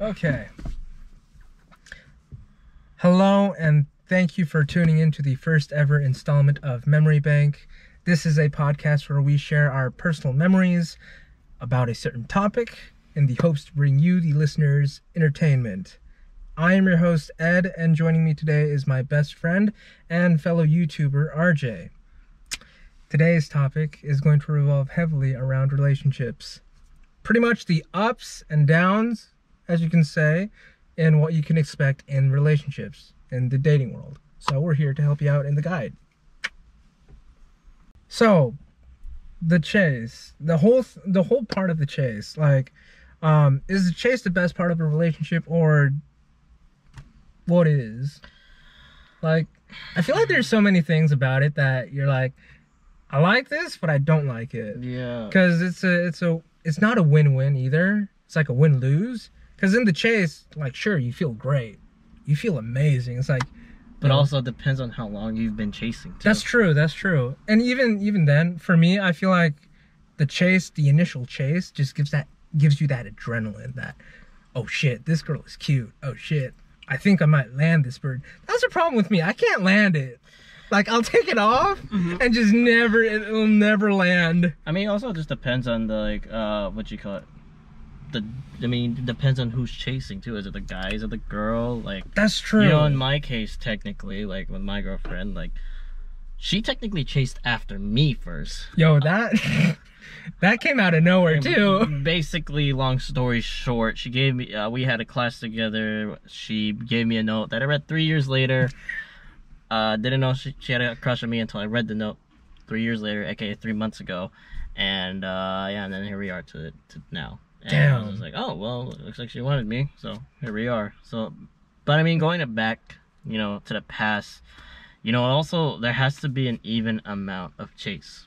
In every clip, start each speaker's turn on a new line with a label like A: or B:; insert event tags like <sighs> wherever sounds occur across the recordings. A: Okay. Hello, and thank you for tuning in to the first ever installment of Memory Bank. This is a podcast where we share our personal memories about a certain topic in the hopes to bring you, the listeners, entertainment. I am your host, Ed, and joining me today is my best friend and fellow YouTuber, RJ. Today's topic is going to revolve heavily around relationships. Pretty much the ups and downs, as you can say, and what you can expect in relationships in the dating world. So we're here to help you out in the guide. So, the chase, the whole th- the whole part of the chase, like um is the chase the best part of a relationship or what is? Like I feel like there's so many things about it that you're like I like this, but I don't like it
B: Yeah.
A: because it's a it's a it's not a win-win either it's like a win-lose because in the chase like sure you feel great you feel amazing it's like
B: But
A: Yeah.
B: also depends on how long you've been chasing. Too.
A: that's true that's true and even even then for me i feel like the chase the initial chase just gives that gives you that adrenaline that oh shit this girl is cute oh shit i think i might land this bird that's a problem with me i can't land it like i'll take it off and just never it'll never land
B: I mean, also just depends on the like uh what you call it. The I mean, it depends on who's chasing too. Is it the guys or the girl? Like
A: that's true
B: you know, in my case, technically, like with my girlfriend, like she technically chased after me first.
A: Yo, that <laughs> that came out of nowhere too.
B: Basically, long story short, she gave me. Uh, we had a class together. She gave me a note that I read three years later. Uh, didn't know she, she had a crush on me until I read the note three years later, aka three months ago. And uh, yeah, and then here we are to, to now. And I
A: Damn.
B: was like, oh well, it looks like she wanted me, so here we are. So, but I mean, going to back, you know, to the past, you know, also there has to be an even amount of chase.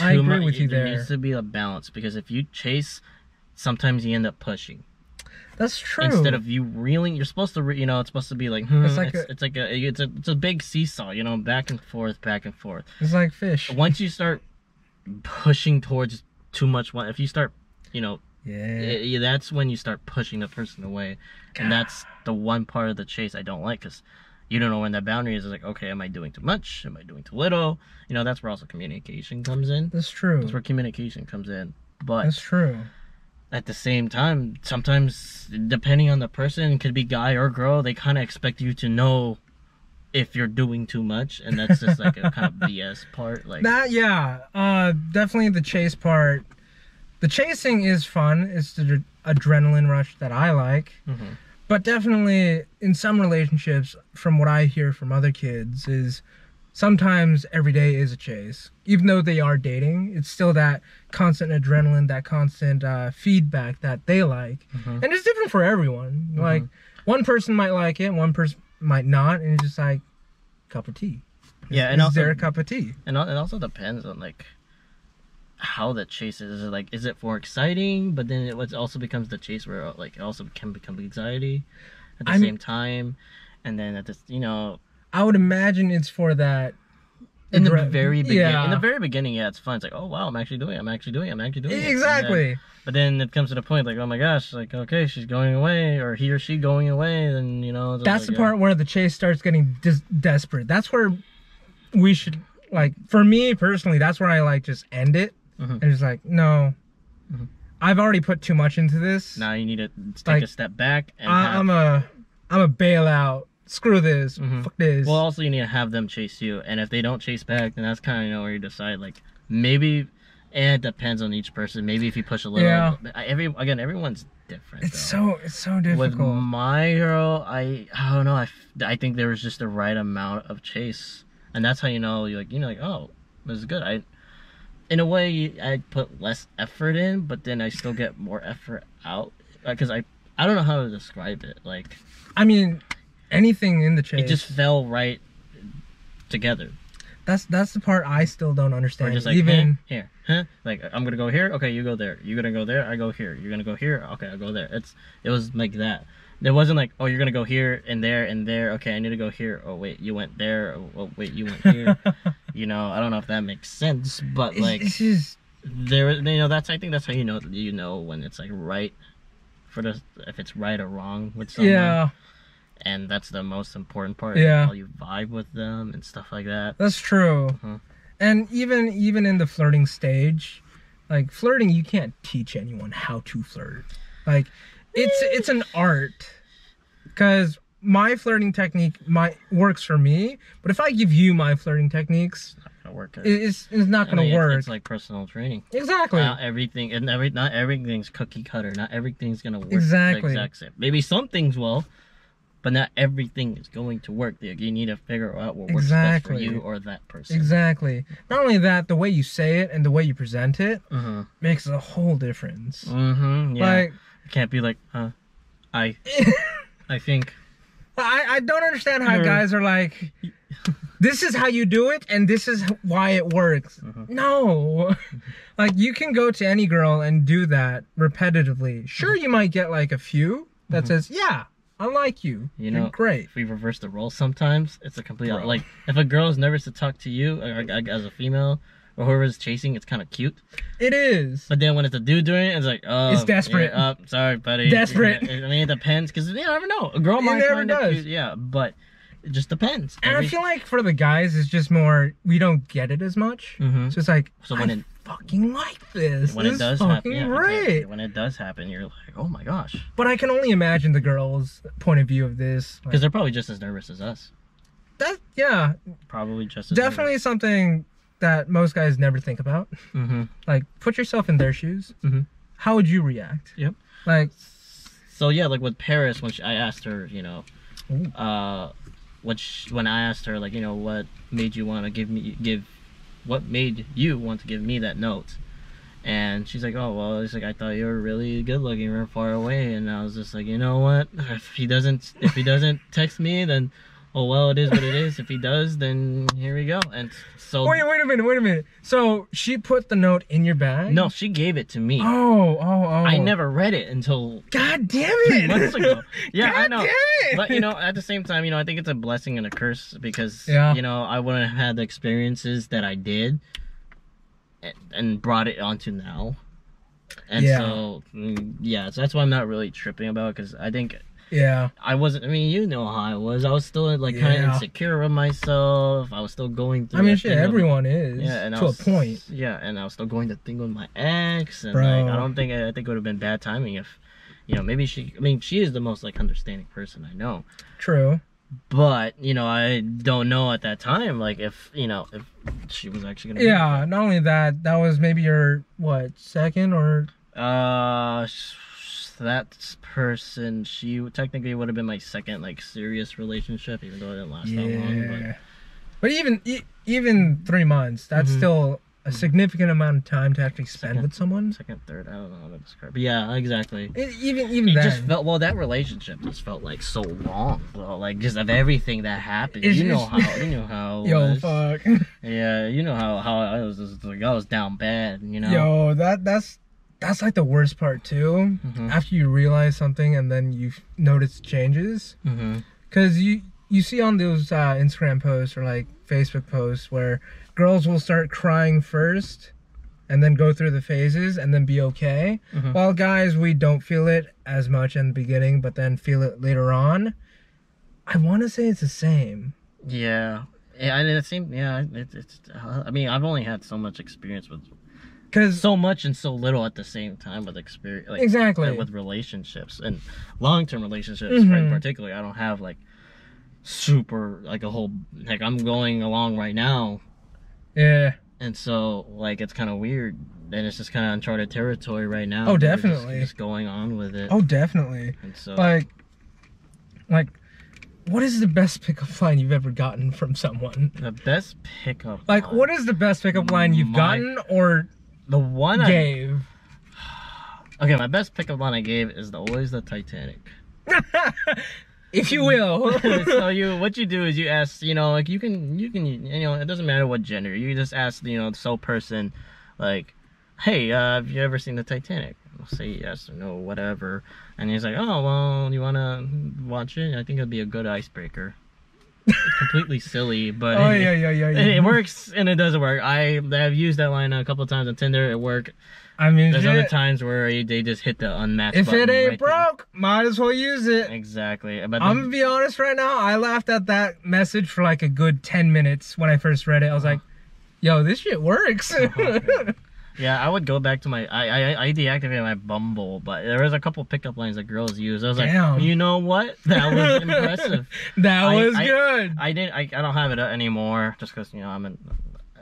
A: I agree
B: mu-
A: with you
B: There
A: there.
B: needs to be a balance because if you chase, sometimes you end up pushing
A: That's true. Mm-hmm.
B: instead of you reeling. You're supposed to, re- you know, it's supposed to be like, hmm,
A: It's
B: it's
A: like
B: like it's,
A: a-
B: like a, it's a, it's a big seesaw, you know, back and forth, back and forth.
A: it's like fish.
B: Once you start pushing towards too much, one, if you start, you know,
A: Yeah.
B: yeah, that's when you start pushing the person away, and that's the one part of the chase I don't like because you don't know when that boundary is. It's like, okay, am I doing too much? Am I doing too little? You know, that's where also communication comes in.
A: That's true.
B: That's where communication comes in. But
A: That's true.
B: at the same time, sometimes depending on the person, could be guy or girl, they kind of expect you to know if you're doing too much, and that's just like a kind
A: <laughs>
B: of BS part. Like,
A: That yeah. Uh definitely the chase part. The chasing is fun. It's the dr- adrenaline rush that I like.
B: Mhm.
A: But definitely in some relationships from what I hear from other kids is sometimes every day is a chase. Even though they are dating, it's still that constant adrenaline, that constant uh, feedback that they like.
B: Mhm.
A: And it's different for everyone.
B: Mm-hmm.
A: Like one person might like it, one person might not, and it's just like cup of tea.
B: yeah,
A: Is,
B: and also
A: there a cup of tea?
B: And al- it also depends on like how the chase is. Is it like is it for exciting? But then it was- also becomes the chase where uh, like it also can become anxiety at the
A: I'm-
B: same time, and then at this you know
A: I would imagine it's for that.
B: in the
A: Dra-
B: very beginning
A: Yeah.
B: in the very beginning yeah it's fun it's like oh wow I'm actually doing it I'm actually doing it I'm actually doing it And then-
A: Exactly.
B: but then it comes to the point like oh my gosh like okay she's going away or he or she going away and you know it's
A: That's
B: like,
A: the
B: yeah.
A: part where the chase starts getting dis- desperate. That's where we should like. For me personally, that's where I like just end it
B: Mhm.
A: and just like no,
B: Mhm.
A: I've already put too much into this.
B: now you need to take
A: Like,
B: a step back and
A: I,
B: have-
A: I'm a I'm a bailout. Screw this.
B: Mhm.
A: Fuck this.
B: Well, also you need to have them chase you, and if they don't chase back, then that's kind of you know where you decide like maybe, and it depends on each person. Maybe if you push a little,
A: Yeah.
B: I- every again everyone's different.
A: it's
B: though.
A: so it's so
B: with
A: difficult.
B: my girl, I I don't know. I, f- I think there was just the right amount of chase, and that's how you know you like you know like oh this is good. I in a way I put less effort in, but then I still get more effort out because I I don't know how to describe it like.
A: I mean, anything in the chase.
B: it just fell right together.
A: that's that's the part I still don't
B: Or
A: understand.
B: just like
A: Even
B: eh, here, huh? Like I'm gonna go here. Okay, you go there. You're gonna go there. I go here. You're gonna go here. Okay, I go there. It's it was like that. It wasn't like oh you're gonna go here and there and there. Okay, I need to go here. Oh wait, you went there. Oh, oh wait, you went
A: <laughs>
B: here. you know, I don't know if that makes sense, but
A: it's,
B: like
A: it's just
B: there, you know, that's I think that's how you know you know when it's like right for the if it's right or wrong with someone.
A: Yeah,
B: And that's the most important part.
A: Yeah.
B: How you vibe with them and stuff like that.
A: that's true.
B: Mhm.
A: And even even in the flirting stage, like flirting, you can't teach anyone how to flirt. Like, it's it's an art. Because my flirting technique my works for me, but if I give you my flirting techniques,
B: Gonna work it.
A: it- it's it's not
B: I
A: gonna
B: mean, it's-
A: work.
B: It's like personal training.
A: exactly.
B: Not everything and every not everything's cookie cutter. Not everything's gonna work the
A: Exactly.
B: exact same. Maybe some things will, but not everything is going to work. You you need to figure out what works best for
A: Exactly.
B: you or that person.
A: Exactly. Not only that, the way you say it and the way you present it
B: Uh-huh.
A: makes a whole difference.
B: Mm-hmm. Yeah.
A: Like
B: Can't be like, huh?
A: <laughs>
B: I, I think.
A: I, I don't understand how
B: Yeah.
A: guys are like, this is how you do it, and this is why it works.
B: Uh-huh.
A: No, <laughs> like you can go to any girl and do that repetitively. Sure,
B: Uh-huh.
A: you might get like a few that says, "Yeah, I like you.
B: You
A: You are
B: know-
A: great."
B: If we reverse the role, sometimes it's a complete
A: Bro.
B: like. If a girl is nervous to talk to you, or, or, as a female, or whoever's chasing, it's kind of cute.
A: It is.
B: But then when it's a dude doing it, it's like, oh,
A: It's desperate.
B: yeah, uh, sorry, buddy.
A: Desperate.
B: I mean, it depends because you never know. A girl
A: It
B: might
A: never
B: find
A: does.
B: it cute, yeah, but it just depends.
A: And I feel like for the guys, it's just more we don't get it as much.
B: Mhm.
A: So it's like
B: So
A: I
B: when it-
A: fucking like this.
B: when
A: this
B: it does
A: is fucking
B: happen, yeah,
A: great.
B: exactly. when it does happen, you're like, oh my gosh,
A: But I can only imagine the girls' point of view of this.
B: because
A: Like,
B: they're probably just as nervous as us.
A: that, yeah,
B: Probably just as
A: definitely something that most guys never think about.
B: hmm
A: Like, put yourself in their shoes.
B: Mhm.
A: How would you react?
B: Yep.
A: Like,
B: So yeah, like with Paris, when she, I asked her, you know,
A: Ooh.
B: uh, what sh when I asked her, like, you know, what made you want to give me give, what made you want to give me that note, and she's like, oh well, it's like I thought you were really good looking from far away, and I was just like, you know what, <laughs> if he doesn't if he doesn't text me, then oh well, it is what it is. If he does, then here we go. And so
A: wait, wait a minute, wait a minute. So she put the note in your bag?
B: no, she gave it to me.
A: Oh, oh, oh.
B: I never read it until
A: God damn
B: three
A: it.
B: months
A: <laughs>
B: ago. Yeah,
A: God
B: I know.
A: Damn it.
B: but you know, at the same time, you know, I think it's a blessing and a curse because
A: Yeah.
B: you know I wouldn't have had the experiences that I did, and, and brought it onto now, and
A: Yeah.
B: so mm, yeah, so that's why I'm not really tripping about because I think
A: <laughs> yeah,
B: I wasn't. I mean, you know how I was. I was still like kind of
A: Yeah.
B: insecure with myself. I was still going through.
A: I mean,
B: that
A: shit,
B: thing with-
A: everyone is
B: Yeah, and I
A: to
B: was-
A: a point.
B: Yeah, and I was still going to thing with my ex, and
A: Bro.
B: like I don't think I think it would have been bad timing if, you know, maybe she. I mean, she is the most like understanding person I know.
A: True.
B: but you know i don't know at that time like if you know if she was actually gonna
A: Yeah, not only that, that was maybe your, what, second or
B: uh sh- sh- that person she technically would have been my second like serious relationship even though it didn't last that long
A: Yeah. But even e- even three months, that's
B: Mhm.
A: still a significant amount of time to actually spend
B: Second.
A: with someone.
B: but second third i don't know how to describe it. yeah exactly
A: E- even even
B: it
A: then,
B: just felt well that relationship just felt like so long bro like just of everything that happened
A: It's-
B: you know
A: it's-
B: how you know how
A: <laughs>
B: it
A: yo,
B: was.
A: fuck,
B: yeah you know how how i was just like i was down bad you know
A: yo, that that's that's like the worst part too.
B: Mhm.
A: After you realize something and then you have noticed changes,
B: hmm
A: because you you see on those uh, Instagram posts or like Facebook posts where girls will start crying first, and then go through the phases and then be okay.
B: Mhm.
A: While guys, we don't feel it as much in the beginning, but then feel it later on. I want to say it's the same.
B: Yeah. Yeah, and it seemed yeah, it, it's. Uh, I mean, I've only had so much experience with
A: Cause
B: so much and so little at the same time with experience, like,
A: exactly,
B: uh, with relationships and long-term relationships, in
A: Mhm.
B: particular. I don't have like super like a whole like I'm going along right now,
A: yeah,
B: and so like it's kind of weird, and it's just kind of uncharted territory right now.
A: Oh,
B: but we're just-
A: definitely.
B: just, going on with it,
A: oh, definitely.
B: and so
A: Like, like, what is the best pickup line you've ever gotten from someone?
B: the best pickup.
A: Like,
B: line-
A: what is the best pickup line you've
B: My-
A: gotten or
B: the one? I,
A: gave?
B: okay, my best pickup line I gave is the, always the Titanic.
A: if you
B: <laughs>
A: will. <laughs>
B: so you what you do is you ask you know like you can you can you know it doesn't matter what gender you just ask you know the sole person like hey uh, have you ever seen the titanic I'll say yes or no whatever and he's like oh well you want to watch it i think it'd be a good icebreaker It's completely silly, but
A: <laughs> Oh
B: <laughs> it,
A: yeah, yeah, yeah.
B: it,
A: yeah.
B: it works and it doesn't work. I have used that line a couple of times on Tinder. It worked.
A: I mean,
B: There's
A: shit,
B: other times where they just hit the unmatched.
A: if
B: button
A: it ain't
B: right there.
A: broke, might as well use it.
B: Exactly. But
A: I'm gonna be honest right now. I laughed at that message for like a good ten minutes when I first read it. I was
B: Uh-huh.
A: like, "Yo, this shit works."
B: yeah, I would go back to my. I, I I deactivated my Bumble, but there was a couple pickup lines that girls use. I was
A: Damn.
B: like, you know what?
A: <laughs>
B: That was impressive.
A: <laughs> that
B: I-
A: was
B: I-
A: good.
B: I didn't. I, I don't have it anymore, just because you know I'm. An,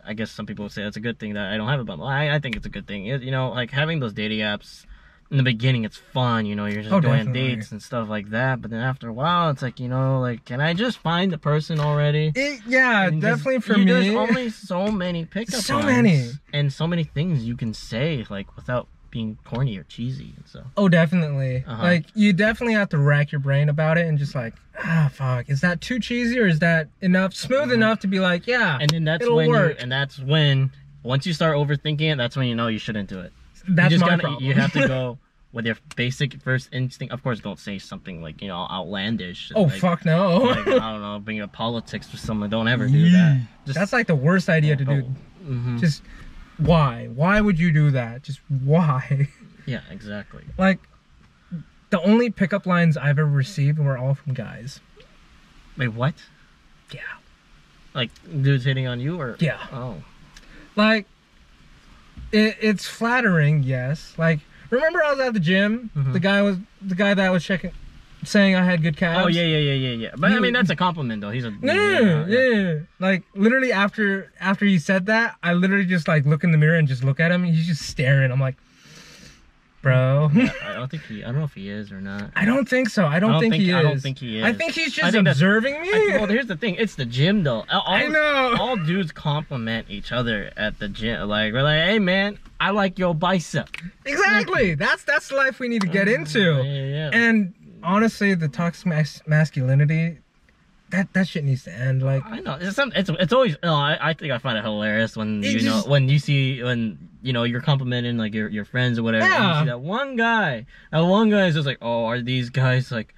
B: I guess some people would say it's a good thing that I don't have it, but I, I think it's a good thing. It, you know, like having those dating apps. In the beginning, it's fun, you know, you're just
A: Oh,
B: going
A: definitely.
B: dates and stuff like that. But then after a while, it's like, you know, like, can I just find the person already?
A: It- yeah,
B: And there's-
A: definitely for
B: you-
A: me.
B: There's only so many pickup
A: So
B: lines
A: many.
B: and so many things you can say like without being corny or cheesy and so.
A: Oh, definitely.
B: Uh-huh.
A: Like you definitely have to rack your brain about it and just like, ah, fuck, is that too cheesy or is that enough smooth
B: Mhm.
A: enough to be like, yeah,
B: And then that's
A: It'll
B: when
A: work.
B: You, and that's when once you start overthinking it, that's when you know you shouldn't do it.
A: that's
B: you
A: my
B: gotta-
A: problem.
B: You have to go with your basic first instinct. Of course, don't say something like you know outlandish.
A: <laughs>
B: and,
A: oh
B: like,
A: fuck no.
B: like, I don't know, bring up politics with someone. Don't ever do that. Just,
A: that's like the worst idea to do.
B: Mhm.
A: Just why? Why would you do that? Just why? <laughs>
B: yeah, exactly.
A: like the only pickup lines I've ever received were all from guys.
B: Wait, what?
A: Yeah.
B: Like dudes hitting on you or?
A: Yeah.
B: Oh.
A: Like it, it's flattering, yes. Like remember I was at the gym,
B: Mhm.
A: the guy was the guy that was checking saying I had good calves.
B: Oh yeah, yeah, yeah, yeah, yeah. But I
A: You-
B: mean, that's a compliment though. He's a
A: No, no, no, no, yeah. Like literally after after he said that, I literally just like look in the mirror and just look at him. And he's just staring. I'm like, bro,
B: I don't think he. I don't know if he is or not.
A: I don't think so. I don't, think, he is.
B: I don't think he is.
A: I think he's
B: I
A: just
B: think that's-
A: observing me.
B: I- well, here's the thing. It's the gym though. All,
A: <laughs> I know.
B: All dudes compliment each other at the gym. Like we're like, hey man, I like your bicep.
A: Exactly. That's that's the life we need to
B: Oh,
A: get
B: Yeah,
A: into.
B: yeah. yeah.
A: And honestly, the toxic mas- masculinity, that that shit needs to end. Like,
B: I know it's some, it's it's always no, I, I think I find it hilarious when
A: It
B: you
A: just-
B: know when you see when you know you're complimenting like your, your friends or whatever and
A: Yeah.
B: you see that one guy that one guy is just like oh are these guys like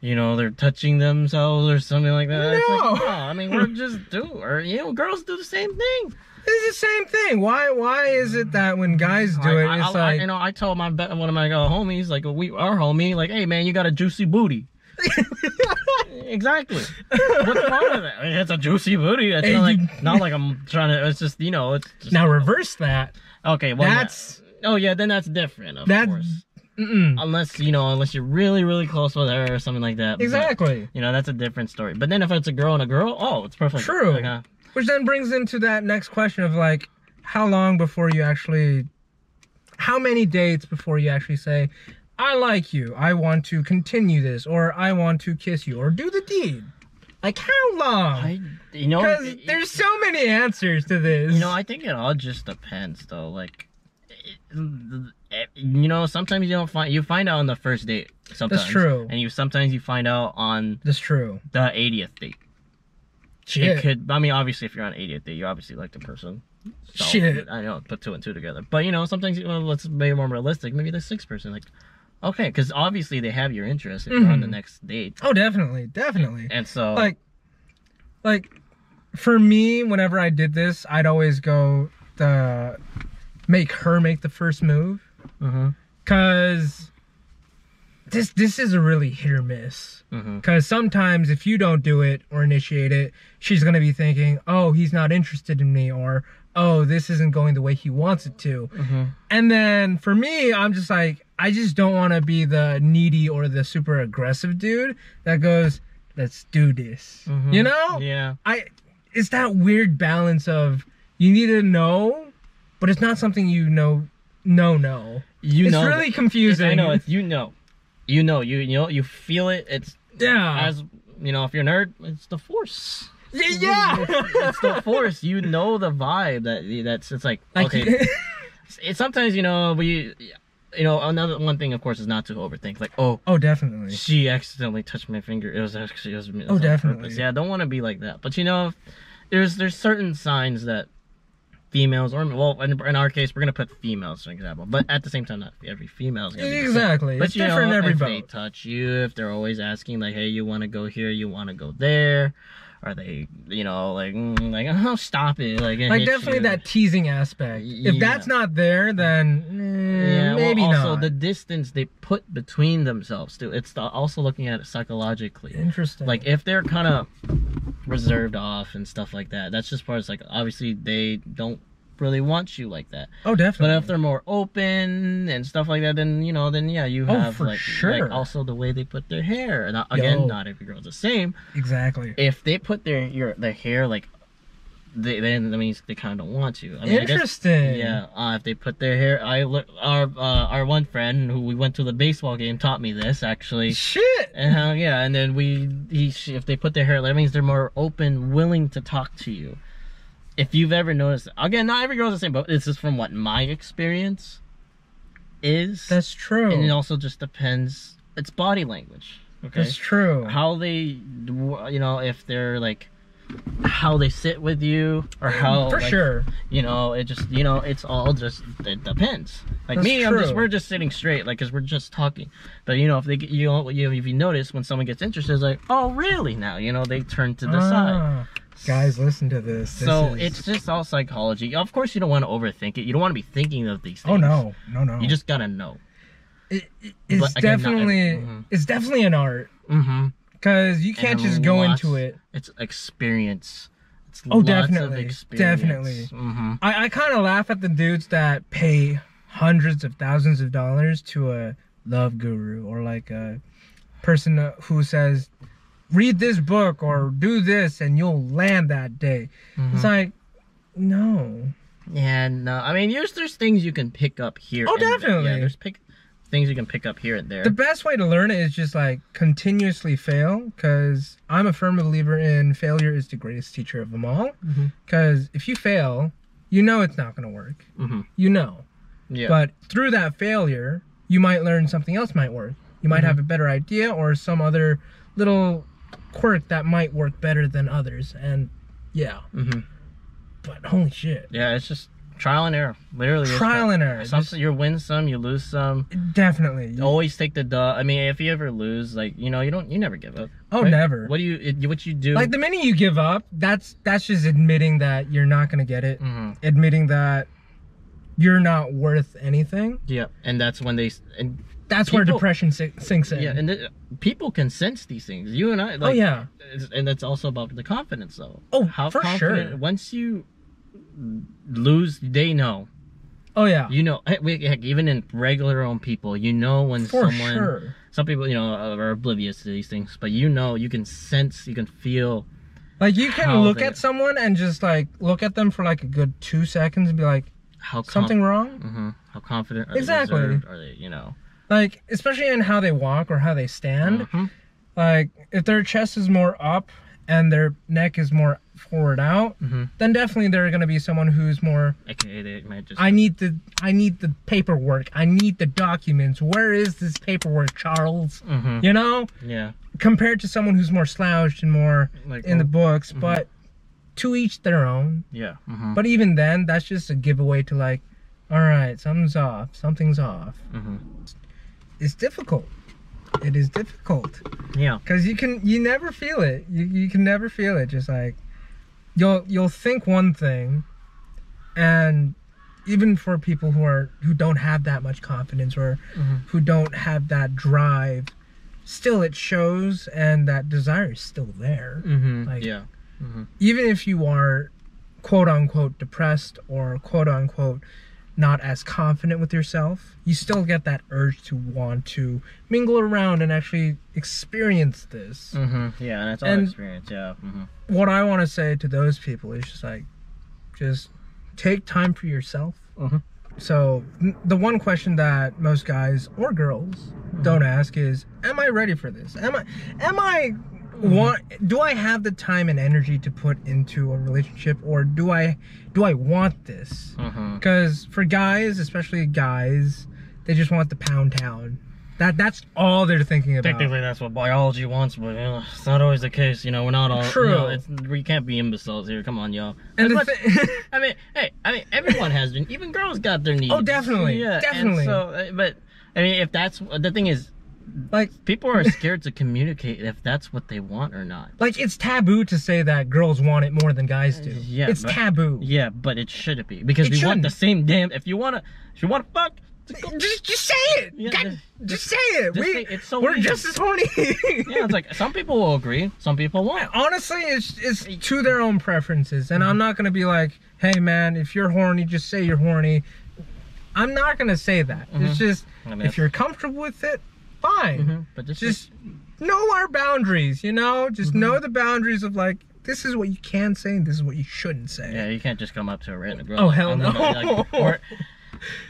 B: you know they're touching themselves or something like that it's like
A: No.
B: no I mean we're just do or you know girls do the same thing
A: it's the same thing. Why why is it that when guys do it,
B: I,
A: it's
B: I, I,
A: like
B: you know I told my be- one of my uh, homies like we our homie like hey man you got a
A: <laughs>
B: juicy booty exactly uh, what's wrong with that I mean, it's a juicy booty it's
A: Hey,
B: not
A: you-
B: like not like I'm trying to it's just you know it's just,
A: <laughs> now reverse that?
B: Okay, well yeah.
A: That's-
B: oh yeah, then that's different, of
A: That-
B: course.
A: Mm-mm.
B: Unless you know, unless you're really, really close with her or something like that. but,
A: Exactly.
B: you know, that's a different story. But then if it's a girl and a girl, oh, it's perfect.
A: True.
B: Like, uh,
A: Which then brings into that next question of like, how long before you actually, how many dates before you actually say, I like you, I want to continue this, or I want to kiss you, or do the deed? Like, how long?
B: I, you know,
A: Because
B: it-
A: there's so many answers to this.
B: you know, I think it all just depends, though. Like, it, it- you know, sometimes you don't find you find out on the first date. Sometimes
A: true.
B: And you sometimes you find out on
A: That's true.
B: the 80th date.
A: Shit.
B: It could. I mean, obviously, if you're on 80th day, you obviously like the person. So,
A: Shit.
B: I know. Put two and two together. But you know, sometimes well, let's be more realistic. Maybe the sixth person, like, okay, because obviously they have your interest if you're on the
A: Mhm.
B: next date,
A: oh, definitely, definitely.
B: and so
A: Like, like, for me, whenever I did this, I'd always go the make her make the first move,
B: hmm
A: cause this this is a really hit or miss.
B: hmm
A: Cause sometimes if you don't do it or initiate it, she's gonna be thinking, oh, he's not interested in me, or oh, this isn't going the way he wants it to.
B: hmm
A: And then for me, I'm just like, I just don't want to be the needy or the super aggressive dude that goes, let's do this. You know?
B: mm-hmm. yeah,
A: I it's that weird balance of you need to know, but it's not something you know no no.
B: you
A: it's
B: know,
A: really confusing.
B: I know it's you know, you know, you you know, you feel it. It's
A: yeah.
B: as you know, if you're a nerd, it's the force.
A: Y- yeah. <laughs>
B: it's the force. You know the vibe that that's. It's like
A: Like,
B: okay. it, sometimes you know we you know another one thing of course is not to overthink like oh
A: <laughs> oh, definitely.
B: she accidentally touched my finger it was actually it was, it was
A: Oh,
B: on
A: definitely.
B: purpose. yeah I don't want to be like that but you know there's there's certain signs that females or well in, in our case we're gonna put females for example but at the same time not every female's gonna be the same.
A: Exactly.
B: but
A: it's
B: you
A: different
B: know,
A: every
B: if
A: boat.
B: they touch you if they're always asking like hey you want to go here you want to go there Are they, you know, like, mm, like, <laughs> oh, stop it, like, it
A: like
B: hits
A: definitely
B: you.
A: that teasing aspect. If
B: Yeah.
A: that's not there, then mm,
B: Yeah, well,
A: maybe
B: also
A: not.
B: the distance they put between themselves too. It's the, also looking at it psychologically.
A: Interesting.
B: Like if they're kind of reserved off and stuff like that, that's just part of like obviously they don't really want you like that.
A: oh,
B: But
A: definitely.
B: if they're more open and stuff like that, then you know, then yeah, you
A: Oh,
B: have
A: for
B: like,
A: sure.
B: like also the way they put their hair. And uh, again,
A: Yo.
B: not every girl's the same.
A: exactly.
B: If they put their your their hair like, they, then that means they kind of don't want you. I mean, I guess
A: Interesting.
B: yeah, uh, if they put their hair, I le- our uh, our one friend who we went to the baseball game taught me this actually.
A: Shit.
B: And how yeah, and then we he, she, if they put their hair, that means they're more open, willing to talk to you. If you've ever noticed, again, not every girl's the same, but this is from what my experience is,
A: That's true.
B: and it also just depends. It's body language, okay?
A: That's true.
B: how they you know if they're like how they sit with you or how
A: For
B: like,
A: sure.
B: you know it just you know it's all just it depends like
A: That's
B: me i'm just
A: true.
B: we're just sitting straight like because we're just talking but you know if they get you know you- if you notice when someone gets interested it's like oh really now you know they turn to the side
A: Ah, guys, listen to this. This
B: so
A: is-
B: it's just all psychology of course you don't want to overthink it you don't want to be thinking of these things
A: Oh no, no, no.
B: you just gotta know
A: It- it- it's
B: But again, not every-
A: definitely
B: mhm.
A: it's definitely an art
B: mm-hmm
A: because you can't
B: And
A: just go
B: lots-
A: into it.
B: It's experience. It's
A: Oh,
B: lots
A: definitely,
B: Of experience.
A: definitely.
B: hmm
A: I, I kind of laugh at the dudes that pay hundreds of thousands of dollars to a love guru or like a person who says, read this book or do this and you'll land that day. It's like, no.
B: And uh, Mm-hmm. I mean, there's there's things you can pick up here.
A: Oh,
B: and there.
A: definitely.
B: Yeah, there's pick things you can pick up here and there.
A: The best way to learn it is just like continuously fail because I'm a firm believer in failure is the greatest teacher of them all.
B: Mhm.
A: Because if you fail, you know it's not going to work.
B: hmm
A: You know.
B: Yeah.
A: But through that failure, you might learn something else might work. You
B: Mm-hmm.
A: might have a better idea or some other little quirk that might work better than others. And yeah,
B: hmm
A: but holy shit.
B: Yeah, it's just trial and error. Literally. it's
A: Trial and error.
B: Some you win some, you lose some.
A: Definitely. Oh,
B: Always take the duh. I mean, if you ever lose, like you know, you don't, you never give up. right?
A: Oh, never.
B: What do you, it, what you do?
A: Like the minute you give up, that's that's just admitting that you're not gonna get it.
B: hmm
A: Admitting that you're not worth anything.
B: Yeah, and that's when they, s- and
A: That's where
B: People-
A: depression si- sinks in.
B: yeah, and th- people can sense these things. You and I,
A: oh
B: like,
A: yeah.
B: It's- and that's also about the confidence though
A: Oh, for sure.
B: once you lose they know
A: Oh yeah.
B: you know heck, we- heck, even in regular own people you know when
A: For
B: someone
A: sure.
B: some people you know are oblivious to these things but you know you can sense you can feel
A: Like you can
B: how
A: look
B: they-
A: at someone and just like look at them for like a good two seconds and be like,
B: how
A: something wrong?
B: hmm how confident are
A: Exactly.
B: they reserved, are they you know
A: Like, especially in how they walk or how they stand.
B: Mhm.
A: Like, if their chest is more up and their neck is more forward out,
B: Mhm.
A: then definitely they're gonna be someone who's more.
B: aka they might just
A: I need the I need the paperwork. I need the documents. Where is this paperwork, Charles?
B: Mhm.
A: You know,
B: yeah
A: compared to someone who's more slouched and more
B: like
A: in the books,
B: mhm.
A: but to each their own.
B: yeah mhm,
A: But even then, that's just a giveaway to like, all right, something's off. Something's off.
B: mhm.
A: It's difficult. It is difficult
B: yeah
A: because you can you never feel it. You you can never feel it. Just like you'll you'll think one thing, and even for people who are who don't have that much confidence or
B: Mhm.
A: who don't have that drive, still it shows, and that desire is still there
B: mhm,
A: Mm-hmm. Like-
B: yeah mhm,
A: even if you are quote unquote depressed or quote unquote not as confident with yourself, you still get that urge to want to mingle around and actually experience this.
B: mhm, yeah and that's all
A: And-
B: experience yeah mhm.
A: What I want to say to those people is just like, just take time for yourself.
B: Mhm.
A: So, n- the one question that most guys or girls don't ask is, "Am I ready for this? Am I, am I, want? Do I have the time and energy to put into a relationship, or do I, do I want this?"
B: Mhm.
A: Because for guys, especially guys, they just want the pound town. That that's all they're thinking about.
B: Technically, that's what biology wants, but you know, it's not always the case. You know, we're not all
A: True.
B: You know, it's, we can't be imbeciles here. Come on, y'all.
A: and
B: As
A: the
B: much-
A: thi- <laughs>
B: I mean, hey, I mean, everyone has been. Even girls got their needs.
A: definitely,
B: Yeah, and
A: definitely.
B: so, uh, but I mean, if that's the thing is,
A: Like,
B: People are scared to communicate if that's what they want or not.
A: like it's taboo to say that girls want it more than guys do.
B: Yeah,
A: it's
B: but-
A: taboo.
B: Yeah, but it shouldn't be because
A: It
B: we want
A: shouldn't.
B: the same damn. If you wanna, if you wanna fuck, just <laughs> go-
A: Just, just say it.
B: Yeah,
A: God,
B: just-
A: just say it.
B: just
A: we,
B: say it. It's so
A: we're
B: easy.
A: just as horny.
B: yeah. It's like some people will agree, some people won't.
A: Honestly, it's it's to their own preferences, and
B: Mm-hmm.
A: I'm not gonna be like, hey man, if you're horny, just say you're horny. I'm not gonna say that. It's just
B: I
A: if
B: mean, Mm-hmm. that's-
A: you're comfortable with it, fine.
B: Mhm, But just,
A: Just know our boundaries, you know. Just
B: Mm-hmm.
A: know the boundaries of like this is what you can say and this is what you shouldn't say.
B: yeah, you can't just come up to a random girl.
A: Oh, hell
B: I'm gonna,
A: no.
B: <laughs> or-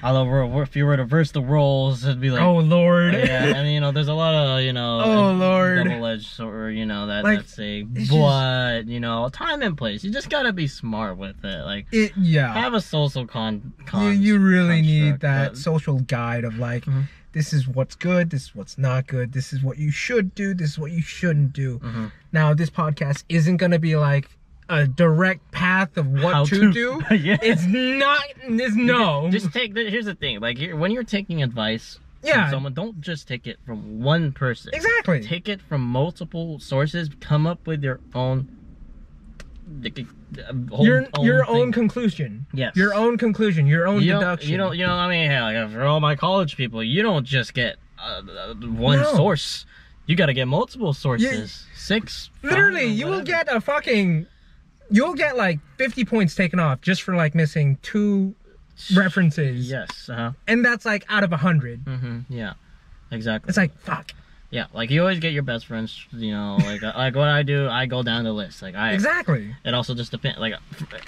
B: although we're, we're- if you were to reverse the roles, it'd be like,
A: oh lord.
B: yeah,
A: <laughs>
B: and you know, there's a lot of you know,
A: Oh, Lord.
B: double-edged sword, you know, that
A: Like,
B: that thing.
A: it's just-
B: But you know, time and place. You just gotta be smart with it. Like,
A: It yeah.
B: have a social con.
A: You,
B: con
A: you really need
B: construct,
A: that
B: but-
A: social guide of like
B: Mhm.
A: this is what's good, this is what's not good, this is what you should do, this is what you shouldn't do.
B: Mhm.
A: Now this podcast isn't gonna be like a direct path of what
B: How
A: to,
B: to-
A: do.
B: <laughs> Yeah.
A: It's not it's no.
B: Just take. The, here's the thing. Like here, when you're taking advice
A: Yeah.
B: from someone, don't just take it from one person.
A: exactly.
B: Take it from multiple sources. Come up with your own.
A: your your own
B: thing.
A: conclusion.
B: Yes.
A: Your own conclusion. Your own
B: you don't,
A: deduction.
B: you don't. You know. I mean, hell, like, for all my college people, you don't just get uh, uh, one
A: No.
B: source. You got to get multiple sources. Six. five,
A: Literally, you will
B: whatever.
A: get a fucking. You'll get like 50 points taken off just for like missing two references.
B: Yes. Uh huh.
A: And that's like out of 100.
B: hmm Yeah. Exactly.
A: It's like, fuck.
B: Yeah, like you always get your best friends, you know, like uh, like what I do, I go down the list. Like
A: <laughs>
B: I
A: Exactly.
B: it also just depends like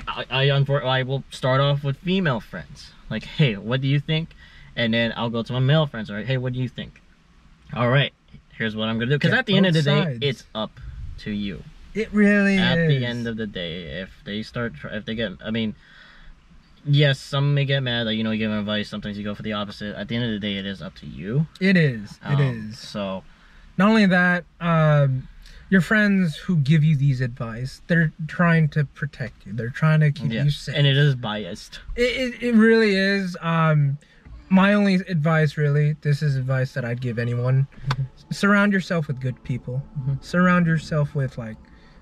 B: I I, unfor- I will start off with female friends. Like, "Hey, what do you think?" And then I'll go to my male friends, "All right, hey, what do you think?" All right. Here's what I'm going to do cuz
A: Get
B: at the end of the
A: both sides.
B: day, it's up to you.
A: It really
B: At
A: is.
B: the end of the day, if they start tr- if they get I mean, yes, some may get mad that you know you give them advice, sometimes you go for the opposite. At the end of the day, it is up to you.
A: It is. It
B: Um,
A: is.
B: So,
A: Not only that, um, your friends who give you these advice, they're trying to protect you. They're trying to keep
B: yeah.
A: you safe.
B: And it is biased.
A: It, it, it really is. Um, my only advice, really, this is advice that I'd give anyone: surround yourself with good people. Surround yourself with like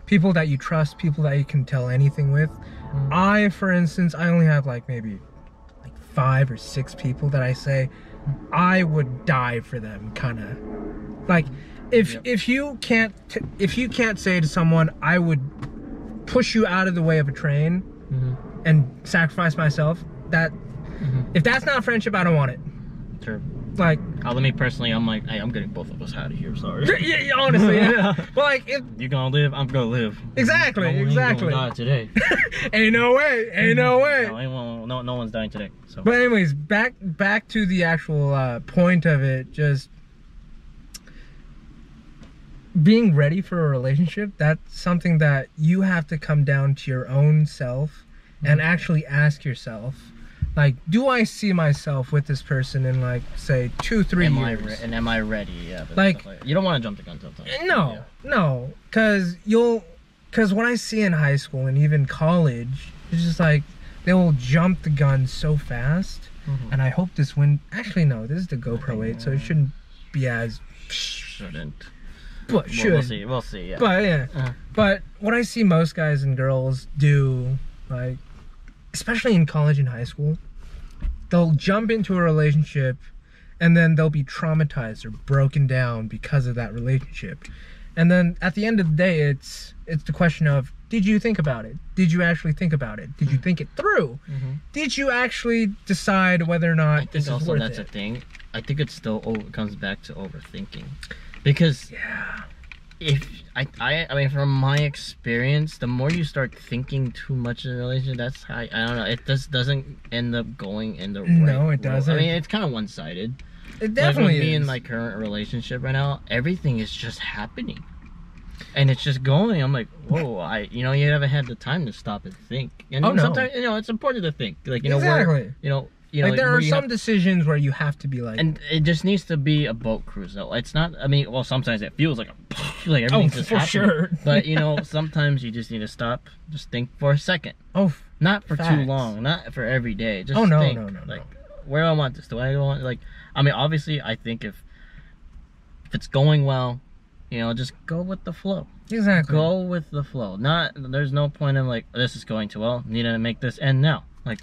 A: people that you trust, people that you can tell anything with. I, for instance, I only have like maybe like five or six people that I say I would die for them, kind of like if
B: Yep.
A: if you can't t- if you can't say to someone I would push you out of the way of a train and sacrifice myself that
B: Mm-hmm.
A: if that's not friendship i don't want it
B: Sure.
A: like <laughs>
B: Uh, let me personally, I'm like, hey, I'm getting both of us out of here. Sorry.
A: yeah, yeah,
B: <laughs>
A: honestly yeah. <laughs> but like if
B: you gonna live? I'm gonna live.
A: exactly
B: No one ain't
A: exactly
B: Gonna die today.
A: ain't no way <laughs> ain't no way
B: <laughs> No, ain't one- no, no one's dying today. So.
A: but anyways back back to the actual uh, point of it just being ready for a relationship that's something that you have to come down to your own self and
B: Mm-hmm.
A: actually ask yourself like do i see myself with this person in like say two three
B: am I
A: years
B: re- and am I ready? Yeah. but
A: Like-
B: stuff you don't want to jump the gun sometimes.
A: No, no, because you'll, because what I see in high school and even college is just like they will jump the gun so fast.
B: Mhm.
A: And I hope this win. Actually, no, this is the GoPro 8, so it shouldn't be as.
B: Shouldn't.
A: But
B: Well,
A: should.
B: we'll see. We'll see. Yeah.
A: But yeah.
B: Uh-huh.
A: But what I see most guys and girls do, like, especially in college and high school, they'll jump into a relationship and then they'll be traumatized or broken down because of that relationship. And then at the end of the day, it's it's the question of did you think about it? Did you actually think about it?
B: Mm-hmm.
A: Did you think it through?
B: Mhm.
A: Did you actually decide whether or not
B: I
A: this
B: think
A: is
B: also
A: worth
B: that's
A: it?
B: a thing. I think it still over, comes back to overthinking, because
A: yeah.
B: if I, I I mean from my experience, the more you start thinking too much in a relationship, that's how I, I don't know. It just doesn't end up going in the right.
A: No, it
B: road.
A: doesn't.
B: I mean, it's kind of one sided.
A: It
B: like
A: definitely
B: with me
A: is.
B: in my current relationship right now, everything is just happening, and it's just going. I'm like, whoa, I you know you haven't had the time to stop and think. And
A: Oh, no.
B: sometimes you know it's important to think. Like you know where
A: exactly.
B: you know you know
A: like there
B: where
A: are
B: you
A: some
B: have-
A: decisions where you have to be like
B: and it just needs to be a boat cruise though. It's not. I mean, well, sometimes it feels like a, <laughs> like everything's just
A: Oh, for
B: happening.
A: sure.
B: <laughs> but you know, sometimes you just need to stop, just think for a second,
A: <laughs> oh f-
B: not for too
A: Facts.
B: long, not for every day. Just
A: Oh, no,
B: think,
A: no, no, no.
B: like where do I want this? Do I want like? I mean, obviously, I think if if it's going well, you know, just go with the flow.
A: Exactly.
B: Go with the flow. Not there's no point in like this is going too well. Need to make this end now. Like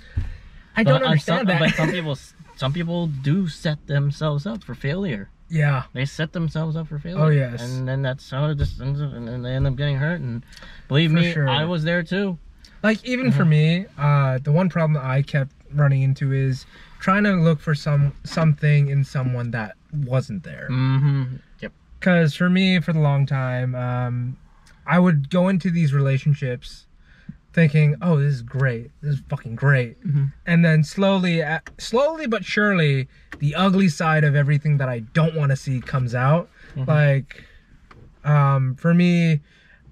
A: I don't
B: but on
A: understand that.
B: some, But
A: <laughs>
B: some people, some people do set themselves up for failure.
A: yeah.
B: They set themselves up for failure.
A: Oh, yes.
B: And then that's how it just ends up, and then they end up getting hurt. And believe
A: For
B: me,
A: sure.
B: I was there too.
A: Like even
B: Mm-hmm.
A: for me, uh, the one problem I kept running into is trying to look for some something in someone that wasn't there.
B: Mm-hmm. Yep.
A: Because for me, for the long time, um, I would go into these relationships thinking, "Oh, this is great. This is fucking great,"
B: Mhm.
A: and then slowly, uh, slowly but surely, the ugly side of everything that I don't want to see comes out. Like, um, for me,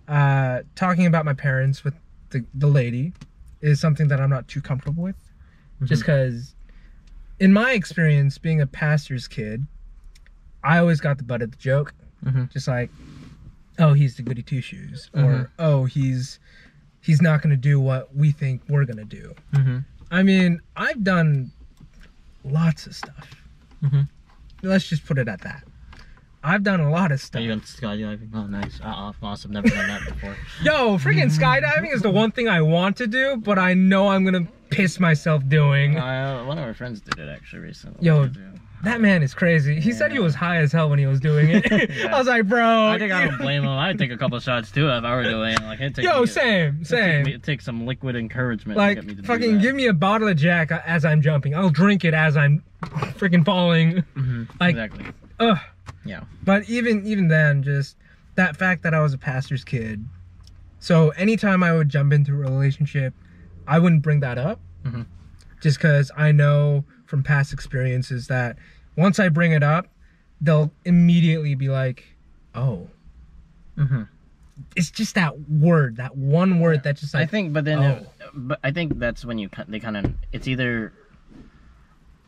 A: uh, talking about my parents with the the lady is something that I'm not too comfortable with, just because, in my experience, being a pastor's kid, I always got the butt of the joke
B: Mm-hmm.
A: just like oh he's the goody two shoes
B: Mhm.
A: or oh he's he's not gonna do what we think we're gonna do
B: Mm-hmm.
A: i mean i've done lots of stuff
B: Mhm.
A: let's just put it at that i've done a lot of stuff
B: You went skydiving. Oh, nice. Uh, awesome. Never done that before.
A: yo freaking skydiving is the one thing i want to do but i know i'm gonna piss myself doing
B: uh, one of our friends did it actually recently.
A: Yo, that man is crazy he said he
B: Yeah.
A: was high as hell when he was doing
B: <laughs>
A: it <laughs>
B: Yeah.
A: i was like bro
B: I think I
A: you-
B: don't blame him. I'd take a couple shots too if I were doing it. Like, it'd take
A: yo
B: me-
A: same
B: it'd take
A: same
B: me- It'd take some liquid encouragement. to get me
A: like
B: to do
A: fucking
B: that.
A: give me a bottle of jack as i'm jumping i'll drink it as i'm <laughs> freaking falling
B: Mhm.
A: like-
B: exactly.
A: ugh
B: Yeah.
A: but even even then just that fact that i was a pastor's kid so anytime i would jump into a relationship i wouldn't bring that up
B: Mhm.
A: just because i know from past experiences that once i bring it up they'll immediately be like oh
B: Mm-hmm.
A: it's just that word that one word that just like oh.
B: I think, but then, but I think that's when you ki- they kind of it's either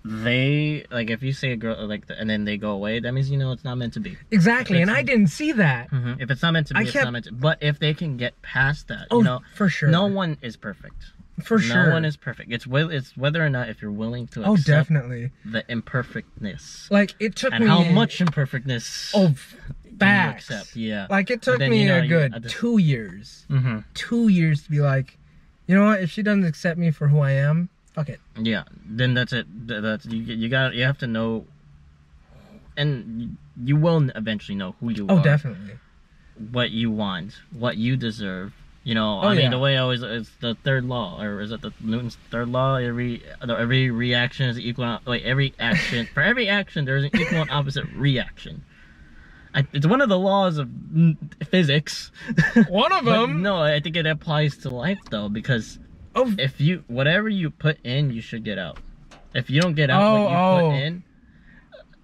B: they like if you say a girl like the, and then they go away, that means you know it's not meant to be.
A: exactly and i didn't see that
B: If it's not meant to be,
A: Mm-hmm. I
B: it's
A: kept-
B: not meant to. But if they can get past that,
A: oh
B: you know,
A: for sure
B: no one is perfect.
A: for sure
B: no one is perfect. It's will it's whether or not if you're willing to
A: Oh,
B: accept
A: definitely.
B: the imperfectness
A: Like it took
B: and
A: me
B: how much imperfectness
A: oh
B: can you
A: facts.
B: accept. Yeah.
A: Like it took
B: then,
A: me
B: you know,
A: a
B: you-
A: good
B: I just-
A: two years,
B: mm-hmm.
A: two years to be like, you know what? If she doesn't accept me for who I am, fuck it.
B: Yeah. Then that's it. Th- That's you. You got. You have to know. And you- you will eventually know who you
A: Oh,
B: are.
A: definitely.
B: what you want, what you deserve. You know,
A: Oh,
B: I mean,
A: yeah.
B: the way I always it's the third law, or is it the Newton's third law? Every no, every reaction is equal. Wait, every action for every action there is an equal and opposite reaction. I, it's one of the laws of mm, physics. <laughs>
A: One of
B: But
A: them.
B: no, I think it applies to life though, because
A: Oh,
B: if you whatever you put in, you should get out. If you don't get out
A: Oh,
B: what you
A: oh.
B: put in,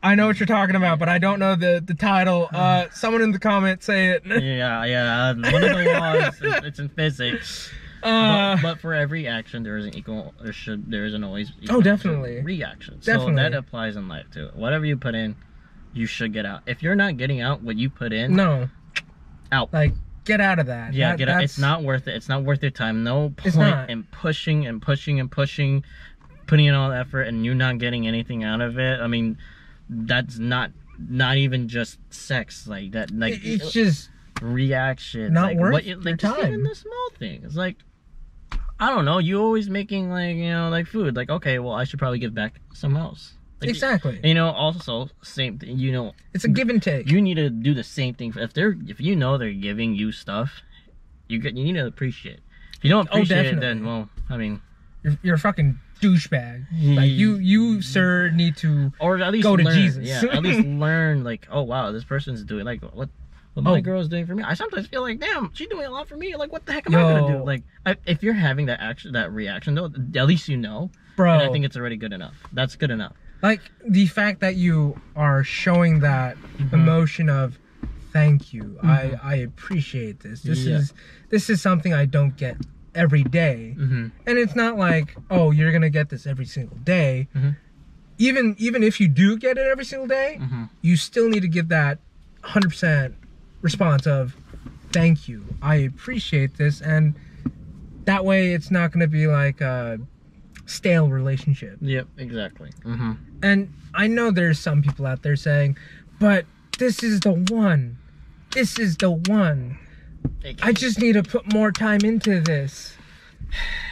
A: I know what you're talking about, but I don't know the the
B: <sighs>
A: title. Uh, someone in the comments say it.
B: yeah, yeah, um, one of the laws. it's- it's in physics.
A: <laughs> Uh,
B: but, but for every action, there is an equal, or should there isn't always. equal
A: Oh, definitely.
B: Reaction.
A: Definitely.
B: So that applies in life too. Whatever you put in, you should get out. If you're not getting out what you put in,
A: no,
B: out.
A: like get out of that.
B: yeah,
A: That-
B: get out. It's
A: that's-
B: not worth it. It's not worth your time. No
A: It's
B: point
A: not.
B: in pushing and pushing and pushing, putting in all the effort, and you not getting anything out of it. I mean, that's not not even just sex like that. Like
A: it- It's just
B: reactions.
A: Not
B: like,
A: worth
B: what you, like,
A: your
B: just
A: time.
B: Even the small things, like I don't know. You always making like you know like food. Like okay, well I should probably give back someone else. Like,
A: exactly.
B: You know, also same thing. You know,
A: It's a give and take.
B: you need to do the same thing. If they're if you know they're giving you stuff, you get you need to appreciate. If you don't
A: Oh,
B: appreciate it,
A: definitely.
B: then well, I mean,
A: You're, you're a fucking douchebag. Like
B: Mm.
A: you, you sir, need to
B: or at least
A: Go to
B: learn,
A: Jesus.
B: Yeah,
A: <laughs>
B: at least learn like, oh wow, this person's doing like what what my
A: Oh.
B: girl's doing for me. I sometimes feel like, damn, she's doing a lot for me. Like, what the heck am I gonna
A: Yo.
B: do? Like, I, if you're having that action, that reaction though, at least you know.
A: bro.
B: And I think it's already good enough. That's good enough.
A: like the fact that you are showing that
B: Mm-hmm.
A: emotion of thank you i i appreciate this this
B: Yeah.
A: is this is something i don't get every day.
B: Mm-hmm.
A: and it's not like oh you're gonna get this every single day
B: Mhm.
A: even even if you do get it every single day
B: Mm-hmm.
A: you still need to give that 100% response of thank you i appreciate this and that way it's not gonna be like a stale relationship
B: Yep. Exactly. Mm-hmm.
A: and I know there's some people out there saying, but This is the one. This is the one.
B: It,
A: I just need to put more time into this.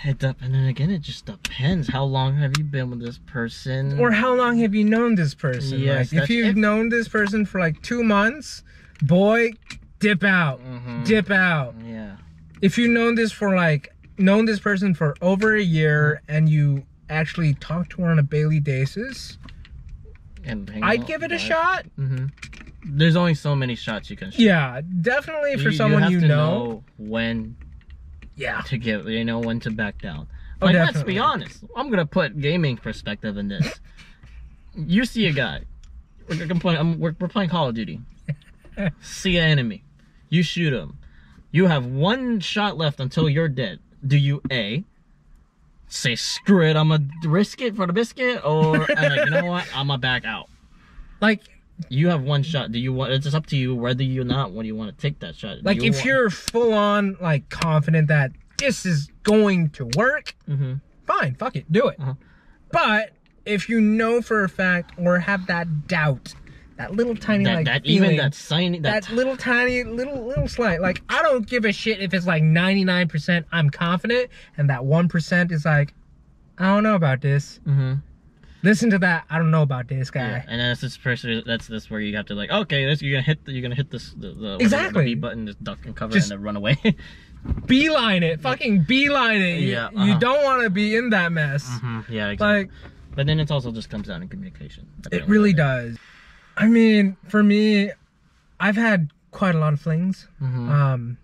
B: it dep- and then again, it just depends. How long have you been with this person?
A: Or how long have you known this person?
B: Yes,
A: like, if
B: that's-
A: you've
B: if-
A: known this person for like two months, boy, dip out.
B: Mhm.
A: Dip out.
B: yeah,
A: If you've known this for like known this person for over a year and you actually talk to her on a daily basis,
B: and hang
A: I'd
B: out
A: give it a
B: with-
A: shot.
B: Mhm. There's only so many shots you can shoot.
A: Yeah, definitely for
B: you
A: someone
B: have
A: you
B: to
A: know.
B: when
A: Yeah.
B: to give, you know when to back down.
A: Oh,
B: Like, let's
A: definitely.
B: be honest. I'm gonna put gaming perspective in this. you see a guy. We're, gonna play, I'm, we're, we're playing Call of
A: <laughs>
B: Duty. see an enemy. You shoot him. You have one shot left until you're dead. Do you a say screw it? I'm gonna risk it for the biscuit, or I'm like, you know what? I'm gonna back out.
A: Like
B: You have one shot. Do you want? It's just up to you whether you not when you want to take that shot. Do
A: like
B: you
A: if
B: want-
A: you're full on like confident that this is going to work,
B: Mhm.
A: fine, fuck it, do it.
B: Uh-huh.
A: But if you know for a fact or have that doubt, that little tiny
B: that,
A: like
B: that
A: feeling,
B: even that signing that,
A: that little tiny little little slight, like I don't give a shit if it's like 99% I'm confident and that 1% is like I don't know about this.
B: Mhm.
A: Listen to that. I don't know about this guy.
B: Yeah, and that's this person. That's this where you have to like, okay, this, you're gonna hit. The, you're gonna hit this the, the whatever, the
A: Exactly.
B: B button, just duck and cover
A: Just-
B: and then run away. <laughs>
A: Beeline it. Fucking beeline it. You-
B: Yeah,
A: You,
B: uh-huh. Mm-hmm.
A: don't want to be in that mess.
B: Yeah, exactly.
A: Hmm. Like
B: but then it also just comes down to communication. at the
A: It
B: end of
A: really
B: the day.
A: does. I mean, for me, I've had quite a lot of flings.
B: Mhm.
A: Um,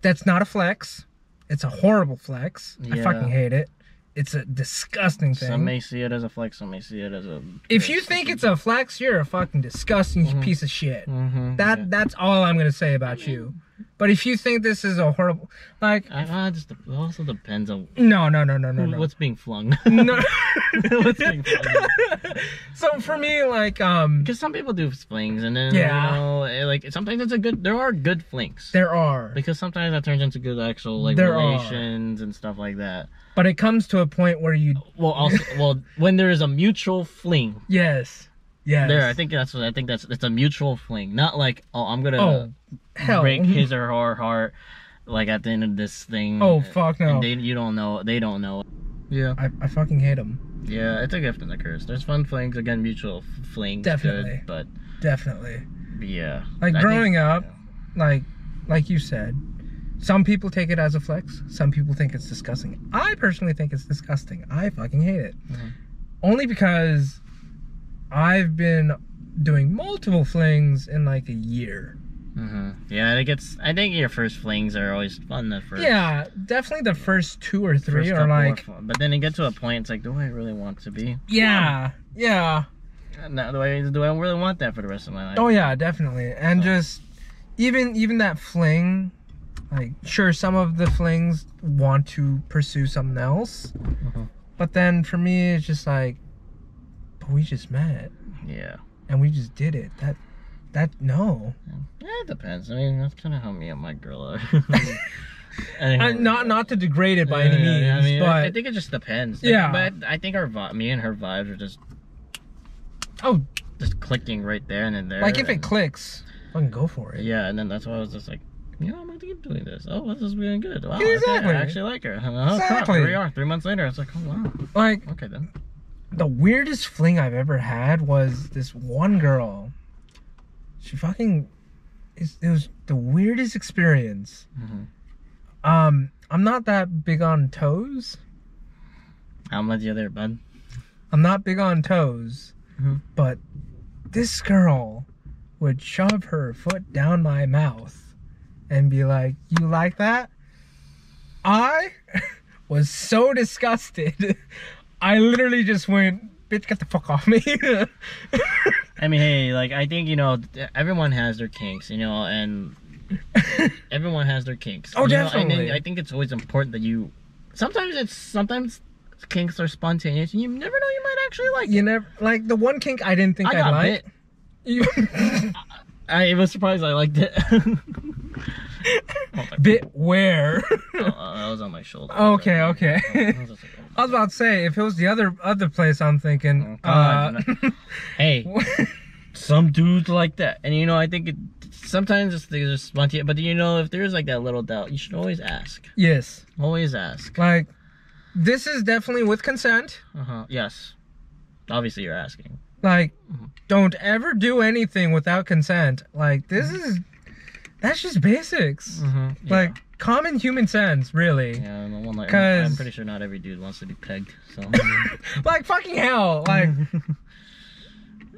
A: that's not a flex. It's a horrible flex. I
B: Yeah.
A: fucking hate it. It's a disgusting thing.
B: Some may see it as a flex. Some may see it as a.
A: if you think it's a flex, you're a fucking disgusting piece of shit.
B: Mhm,
A: That
B: Mm-hmm. yeah.
A: that's all I'm gonna say about you. But if you think this is a horrible, like,
B: I, I just it also depends on
A: no, no, no, no, no,
B: who-
A: no.
B: what's being flung.
A: <laughs>
B: <laughs>
A: no.
B: what's being flung.
A: so for me, like, um,
B: Because some people do flings, and then
A: Yeah.
B: you know, eh, like sometimes it's a good. There are good flings.
A: there are.
B: because sometimes that turns into good actual like
A: There are.
B: relations and stuff like that.
A: But it comes to a point where you <laughs>
B: Well, also, well, when there is a mutual fling,
A: Yes. Yes.
B: there. I think that's what I think that's it's a mutual fling, not like oh I'm
A: Oh,
B: gonna
A: hell. Mm-hmm.
B: break his or her heart, like at the end of this thing.
A: Oh fuck no.
B: And they you don't know they don't know. Yeah,
A: I, I fucking hate him.
B: yeah, it's a gift and a curse. There's fun flings again, mutual f- flings,
A: Definitely.
B: good, but
A: Definitely.
B: yeah,
A: Like
B: I think-
A: growing up, like like you said, some people take it as a flex. Some people think it's disgusting. I personally think it's disgusting. I fucking hate it.
B: Mhm.
A: Only because I've been doing multiple flings in like a year.
B: Mhm. Yeah, and it gets. I think your first flings are always fun. The first,
A: Yeah, definitely the first two or
B: first
A: three are
B: couple
A: like
B: fun, but then it gets to a point. It's like, do I really want to be?
A: yeah, yeah.
B: No, do I do I really want that for the rest of my life?
A: Oh yeah, definitely. And
B: So-
A: just even even that fling, like sure some of the flings want to pursue something else,
B: Mhm.
A: but then for me it's just like, but we just met
B: Yeah.
A: and we just did it. That that no,
B: Yeah, it depends. I mean, that's kind of how me and my
A: <laughs>
B: girl are.
A: I, not not to degrade it by any
B: Yeah,
A: means,
B: yeah, I mean, I-
A: but
B: I think it just depends.
A: Yeah.
B: But I think our vi- me and her vibes are just
A: oh,
B: just clicking right there and then there.
A: like if it
B: and-
A: clicks, fucking go for it.
B: Yeah, and then that's why I was just like, you know, I'm gonna keep doing this. Oh, this is really good. Wow,
A: Exactly.
B: okay, I actually like her. <laughs> Oh,
A: Exactly.
B: Crap, here we are. Three months later, it's like, oh wow.
A: Like
B: Okay then.
A: the weirdest fling I've ever had was this one girl. She fucking, it's- it was the weirdest experience.
B: Mhm.
A: Um, I'm not that big on toes.
B: I'm with you there, bud.
A: I'm not big on toes,
B: Mhm.
A: but this girl would shove her foot down my mouth and be like, "You like that?" I <laughs> was so disgusted. <laughs> I literally just went, "Bitch, get the fuck off me." <laughs>
B: I mean, hey, like I think you know, th- everyone has their kinks, you know, and everyone has their kinks.
A: Oh,
B: You know, I
A: definitely.
B: think, I think it's always important that you. Sometimes it's sometimes kinks are spontaneous, and you never know you might actually like. it.
A: You never like the one kink I didn't think
B: I
A: I would
B: got
A: like.
B: bit. <laughs>
A: You
B: I was surprised I liked it. <laughs>
A: <laughs> bit where?
B: oh, that was on my shoulder.
A: Okay, okay.
B: I was just like, oh,
A: I was uh, about to say if it was the other other place, I'm thinking.
B: God,
A: uh,
B: Hey, some dudes like that, and you know, I think it, sometimes it's they're just spontaneous. But you know, if there is like that little doubt, you should always ask.
A: <laughs> Yes.
B: Always ask.
A: Like, this is definitely with consent.
B: Uh huh. Yes. Obviously, you're asking.
A: Like,
B: Mhm.
A: don't ever do anything without consent. Like, this is. That's just basics.
B: Mm-hmm.
A: Like, common human sense, really.
B: Yeah, I'm, well, not,
A: 'Cause-
B: I'm pretty sure not every dude wants to be pegged. So.
A: Like, fucking hell. <laughs> Like,
B: Mm-hmm.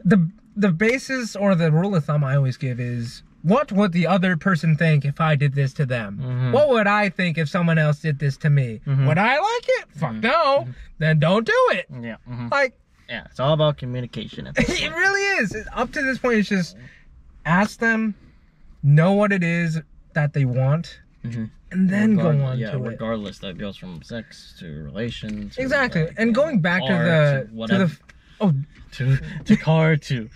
A: the the basis or the rule of thumb I always give is what would the other person think if I did this to them?
B: Mhm.
A: What would I think if someone else did this to me?
B: Mhm.
A: Would I like it? Fuck
B: Mhm.
A: no. Then don't do it.
B: yeah. mhm.
A: Like <laughs>
B: Yeah. It's all about communication. At this
A: it
B: point.
A: really is. It- Up to this point, it's just ask them, know what it is that they want,
B: Mhm.
A: and then
B: Regard-
A: go on
B: yeah,
A: to it.
B: regardless, that goes from sex to relations. to,
A: Exactly.
B: like,
A: And going back
B: art,
A: to the to
B: whatever,
A: the oh
B: to, <laughs> to car to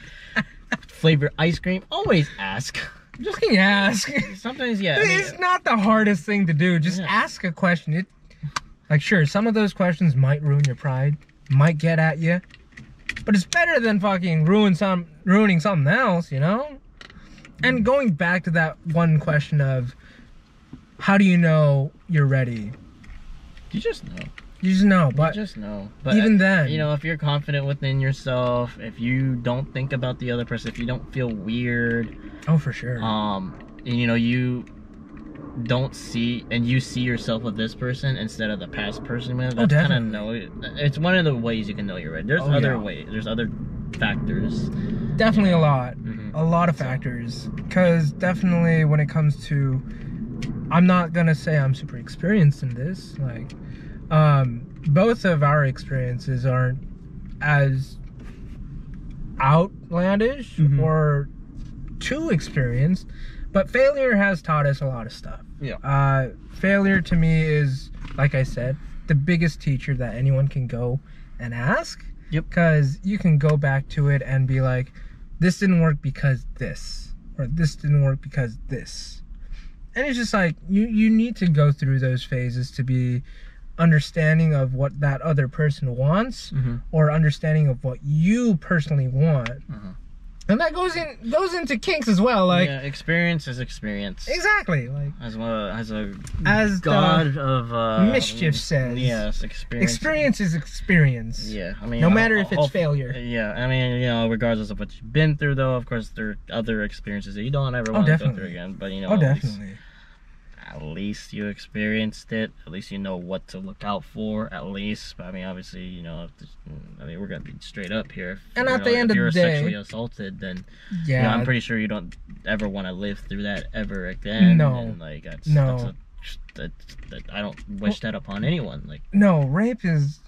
B: flavor ice cream. Always
A: <laughs>
B: ask.
A: just ask.
B: Sometimes, yeah. I mean,
A: it's not the hardest thing to do. Just
B: Yeah.
A: ask a question. It, like, sure, some of those questions might ruin your pride, might get at you, but it's better than fucking ruin some ruining something else, you know. And going back to that one question of, how do you know you're ready?
B: you just know.
A: You just know,
B: You
A: but
B: just know. But uh,
A: even then-
B: you know, if you're confident within yourself, if you don't think about the other person, if you don't feel weird,
A: oh, for sure.
B: um, and, you know, you don't see and you see yourself with this person instead of the past person. Man, that's kind of
A: Oh, definitely.
B: know. It's one of the ways you can know you're ready. There's
A: Oh,
B: other
A: yeah.
B: ways. There's other factors.
A: definitely a lot.
B: Mhm.
A: a lot of factors because definitely when it comes to i'm not gonna say i'm super experienced in this like um both of our experiences aren't as outlandish
B: Mhm.
A: or too experienced but failure has taught us a lot of stuff
B: Yeah.
A: uh failure to me is like i said the biggest teacher that anyone can go and ask
B: Yep.
A: because you can go back to it and be like this didn't work because this or this didn't work because this and it's just like you you need to go through those phases to be understanding of what that other person wants
B: Mhm.
A: or understanding of what you personally want
B: Mhm.
A: and that goes in goes into kinks as well like
B: yeah, experience is experience.
A: exactly like
B: As well as a
A: As the
B: god of uh,
A: mischief says,
B: Yes, experience.
A: experience is experience
B: Yeah, I mean,
A: no
B: I'll-
A: matter if
B: I'll-
A: it's failure
B: Yeah, I mean, you know, regardless of what you've been through, though, of course, there are other experiences that you don't ever want to go through
A: Oh, definitely.
B: again. But you know,
A: oh
B: at least-
A: definitely
B: At least you experienced it. At least you know what to look out for. At least, I mean, obviously, you know, if this- I mean, we're gonna be straight up here. If,
A: And
B: you
A: at
B: know,
A: the end
B: if
A: of
B: you're
A: the day-
B: sexually assaulted, then you know,
A: yeah
B: I'm pretty sure you don't ever want to live through that ever again.
A: No.
B: and, like that's,
A: No.
B: That's a, that's- that- I don't wish that upon anyone. Like,
A: no rape is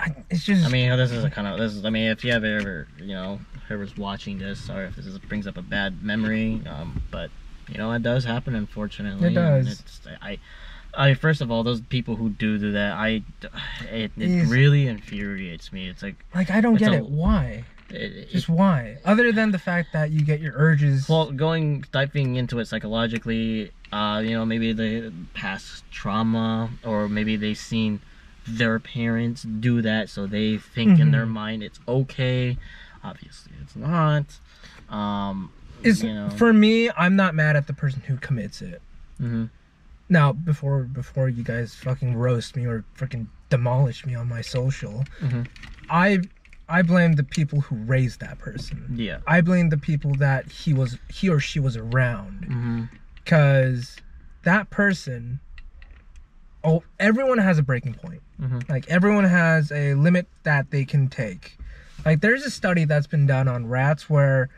A: I, it's just
B: I mean, this is a kind of this is. I mean, if you have ever, you know, whoever's watching this, or if this is, brings up a bad memory, um, but you know, it does happen, unfortunately.
A: It does.
B: and It's, I, I first of all, those people who do do that, I, it, it
A: Is-
B: really infuriates me. It's like,
A: Like I don't
B: It's
A: get
B: a-
A: it. Why?
B: it,
A: Just why? Other than the fact that you get your urges.
B: Well, going diving into it psychologically, uh, you know, maybe the past trauma, or maybe they've seen their parents do that, so they think in their
A: Mhm.
B: mind it's okay. Obviously, it's not. Um,
A: is
B: you know,
A: for me, I'm not mad at the person who commits it. Mm-hmm.
B: mhm.
A: Now, before before you guys fucking roast me or freaking demolish me on my social,
B: Mhm.
A: I I blame the people who raised that person.
B: yeah,
A: I blame the people that he was he or she was around.
B: hmm
A: because that person oh everyone has a breaking point
B: Mhm.
A: like everyone has a limit that they can take like there's a study that's been done on rats where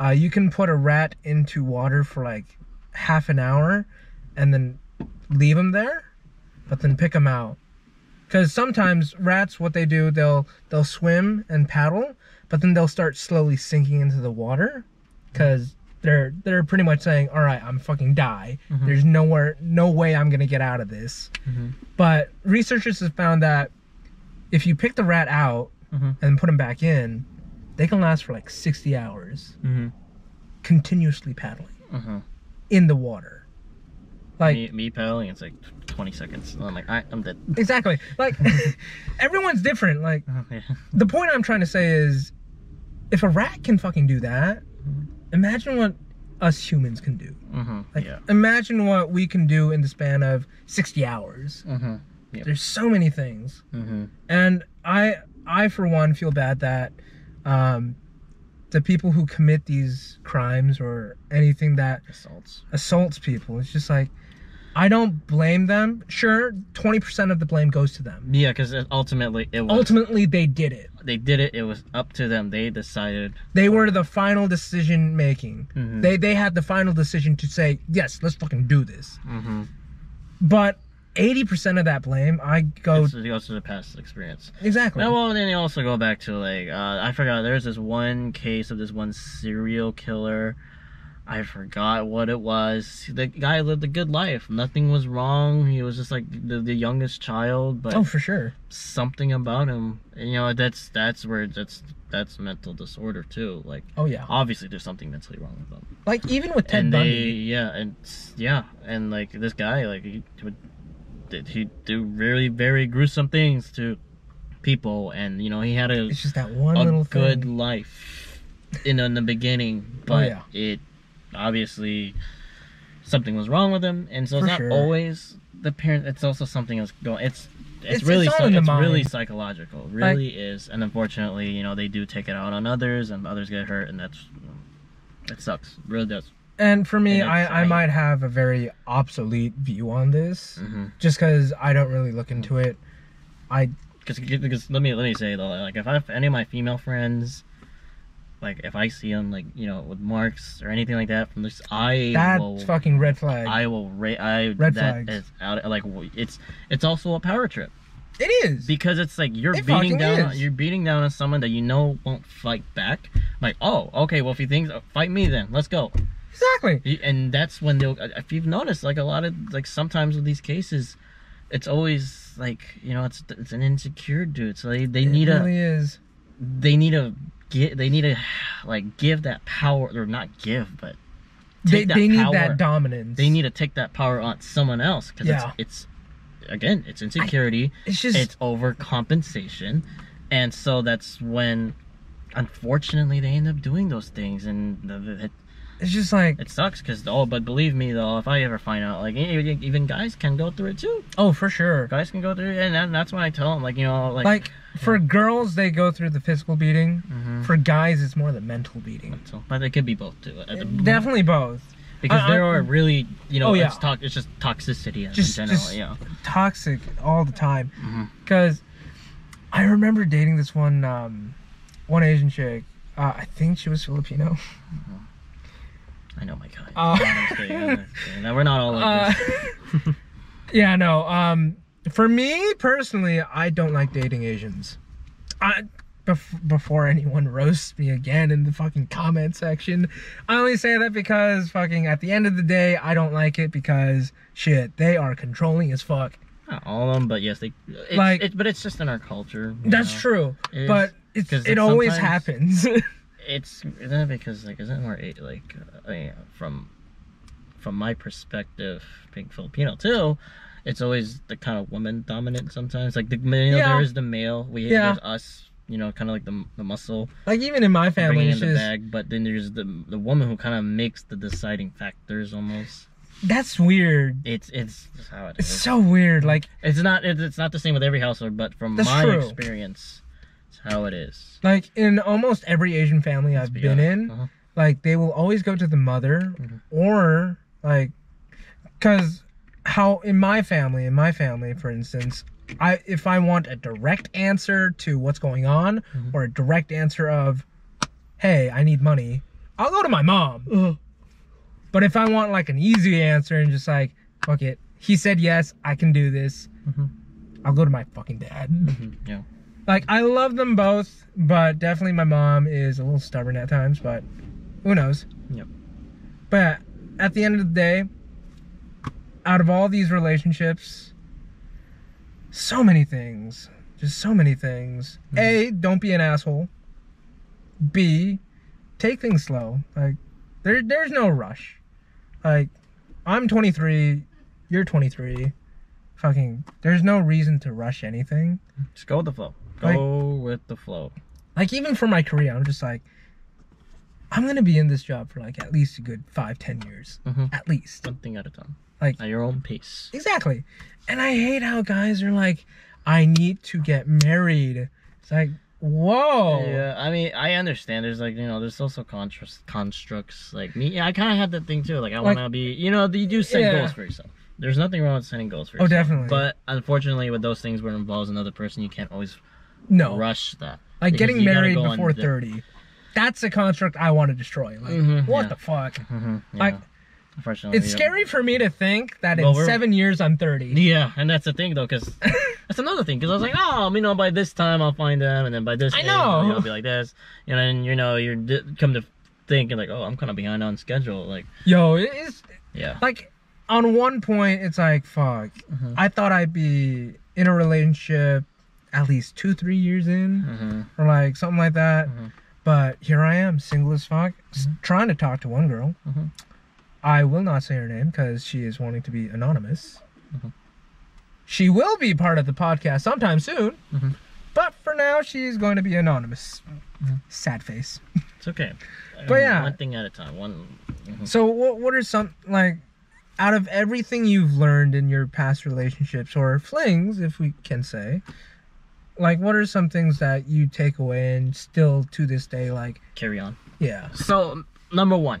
A: uh, you can put a rat into water for like half an hour and then leave them there but then pick them out because sometimes rats what they do they'll they'll swim and paddle but then they'll start slowly sinking into the water because they're they're pretty much saying all right i'm fucking die
B: Mhm.
A: there's nowhere no way i'm gonna get out of this
B: Mhm.
A: but researchers have found that if you pick the rat out
B: Mhm.
A: and put them back in they can last for like 60 hours
B: hmm
A: continuously paddling
B: hmm
A: in the water like
B: me, me paddling, it's like twenty seconds. and I'm like, I, I'm dead.
A: exactly like <laughs> everyone's different Uh-huh. like
B: <laughs> Yeah.
A: the point I'm trying to say is if a rat can fucking do that, imagine what us humans can do.
B: Mm-hmm.
A: Like,
B: yeah.
A: imagine what we can do in the span of 60 hours.
B: Mm-hmm. Yep.
A: There's so many things,
B: Mm-hmm.
A: and I, I for one, feel bad that um, the people who commit these crimes or anything that
B: Assaults.
A: assaults people, it's just like, I don't blame them. Sure, 20% of the blame goes to them.
B: Yeah, because ultimately it was
A: Ultimately, they did it.
B: they did it. It was up to them. They decided.
A: They were the final decision making.
B: Mhm.
A: They they had the final decision to say yes, let's fucking do this.
B: Mm-hmm.
A: But eighty percent of that blame, I go
B: It's it goes to the past experience.
A: exactly.
B: No, well, then you also go back to like uh, I forgot. There's this one case of this one serial killer. I forgot what it was. The guy lived a good life. Nothing was wrong. He was just like the, the youngest child, but
A: oh, for sure.
B: something about him. You know, that's that's where that's that's mental disorder too. Like
A: Oh yeah.
B: obviously there's something mentally wrong with them.
A: Like even with Ted
B: and they
A: Bundy,
B: yeah and s- yeah and like this guy like he would did he do really very gruesome things to people and you know he had a
A: it's just that one
B: a
A: little
B: good
A: thing. Oh,
B: life in in the beginning, but
A: yeah.
B: it obviously something was wrong with him, and so it's
A: For
B: not
A: sure.
B: always the parent. It's also something that's going. It's
A: It's-
B: it's, really
A: it's all
B: psy-
A: in the
B: it's really
A: mind.
B: psychological. It Really is, and unfortunately, you know, they do take it out on others, and others get hurt, and that's you know, it sucks. It really does.
A: And for me,
B: and it's
A: I I
B: like-
A: might have a very obsolete view on this,
B: Mm-hmm.
A: just because I don't really look into it. I
B: Because because let me let me say though, like if I if any of my female friends. Like if I see them like you know with marks or anything like that from this, I
A: that's
B: will
A: fucking red flag.
B: I will rate. I
A: Red
B: that
A: flags.
B: is out. Like w- it's it's also a power trip
A: it is.
B: because it's like you're
A: It fucking
B: beating down. on-
A: is.
B: You're beating down on someone that you know won't fight back. Like oh okay, well if he thinks uh, fight me then let's go.
A: exactly.
B: Y- And that's when they'll. uh, If you've noticed, like a lot of like sometimes with these cases, it's always like you know it's it's an insecure dude. So they they
A: It
B: need a
A: really is.
B: they need a get they need to like give that power or not give but
A: They,
B: take that
A: they need
B: power.
A: that dominance.
B: they need to take that power on someone else because
A: Yeah.
B: it's, it's again it's insecurity
A: It's just
B: it's overcompensation and so that's when unfortunately they end up doing those things and the- the- it,
A: it's just like
B: it sucks because oh but believe me though if i ever find out like e- e- even guys can go through it too
A: oh for sure.
B: guys can go through it and that- that's why i tell them like you know like,
A: Like for girls, they go through the physical beating.
B: Mhm.
A: For guys, it's more the mental beating.
B: so, but it could be both too at the-
A: Definitely both.
B: because
A: I-
B: there
A: I-
B: are really you know
A: Oh, yeah.
B: it's, to- it's just toxicity in
A: Just-
B: general
A: just-
B: yeah
A: Toxic all the time.
B: Mhm.
A: Because I remember dating this one, um, one Asian chick. Uh, I think she was Filipino.
B: i know my kind
A: Uh,
B: I'm just kidding, I'm just
A: <laughs>
B: kidding. No, we're not all like
A: Uh,
B: this
A: <laughs> yeah, no. Um, for me personally, I don't like dating Asians. I bef- before anyone roasts me again in the fucking comment section, I only say that because fucking at the end of the day, I don't like it because shit, they are controlling as fuck.
B: Not all of them, but yes, they. It's,
A: Like-
B: it, but it's just in our culture. you
A: That's
B: know?
A: true,
B: It is.
A: but it's,
B: 'Cause
A: it
B: it's
A: always
B: sometimes-
A: happens. <laughs>
B: It's isn't it because like isn't it more a- like uh, yeah, from from my perspective, being Filipino too, it's always the kind of woman dominant sometimes. Like the male,
A: Yeah.
B: there is the male. We
A: Yeah.
B: there's us. You know, kind of like the the muscle
A: like even in my family,
B: bringing in
A: it's
B: the
A: just
B: bag, but then there's the the woman who kind of makes the deciding factors almost.
A: that's weird.
B: It's it's that's how it
A: It's
B: is.
A: so weird. Like
B: It's not it's it's not the same with every household, but from
A: That's
B: my
A: true.
B: experience, it's how it is.
A: like in almost every Asian family I've
B: be
A: been
B: honest.
A: in,
B: Uh-huh.
A: like they will always go to the mother or like cuz how in my family, in my family for instance, I if I want a direct answer to what's going on or a direct answer of hey, I need money, I'll go to my mom. But if I want like an easy answer and just like fuck it, he said yes, I can do this.
B: Mhm.
A: I'll go to my fucking dad.
B: Mm-hmm. Yeah.
A: Like I love them both, but definitely my mom is a little stubborn at times, but who knows?
B: Yep.
A: But at the end of the day, out of all these relationships, so many things. Just so many things. A, don't be an asshole. B, take things slow. Like there there's no rush. Like I'm 23, you're 23. Fucking there's no reason to rush anything.
B: Just go with the flow. Go with the flow.
A: like even for my career i'm just like I'm gonna be in this job for like at least a good five, ten years,
B: Mhm.
A: at least.
B: One thing at a time.
A: Like-
B: at your own pace.
A: Exactly. And I hate how guys are like, I need to get married. It's like, whoa.
B: Yeah, I mean, I understand. There's like, you know, there's also contras, constructs. Like me, yeah, I kind of had that thing too. Like, I
A: Like-
B: want to be, you know, you do set
A: Yeah.
B: goals for yourself. There's nothing wrong with setting goals for
A: Oh,
B: yourself.
A: definitely.
B: But unfortunately, with those things where it involves another person, you can't always
A: no.
B: rush that.
A: like
B: because
A: getting
B: you gotta
A: married
B: go on
A: before
B: the-
A: 30. That's a construct I want to destroy. Like,
B: Mhm,
A: what
B: yeah.
A: the fuck?
B: Mhm, yeah.
A: Like,
B: unfortunately,
A: Mm-hmm. It's
B: you don't-
A: scary for me to think that
B: Well,
A: in
B: we're-
A: seven years I'm 30.
B: Yeah, and that's the thing though, <laughs> because that's another thing. Because I was like, oh, you know, by this time I'll find them, and then by this,
A: I
B: age,
A: know.
B: you know, I'll be like this, and then you know, you're di- come to think and like, oh, I'm kind of behind on schedule. Like,
A: Yo, it is
B: yeah,
A: like on one point it's like fuck.
B: Mhm.
A: I thought I'd be in a relationship at least two, three years in.
B: hmm
A: or like something like that.
B: Mhm.
A: But here I am, single as fuck, s trying to talk to one girl.
B: Mhm.
A: I will not say her name because she is wanting to be anonymous.
B: Mhm.
A: She will be part of the podcast sometime soon,
B: Mhm.
A: but for now, she's going to be anonymous.
B: Mhm.
A: Sad face.
B: it's okay.
A: But
B: Um,
A: yeah.
B: one thing at a time. One. mhm.
A: So, what, what are some, like, out of everything you've learned in your past relationships or flings, if we can say, like, what are some things that you take away and still to this day, like,
B: Carry on.
A: yeah,
B: So number one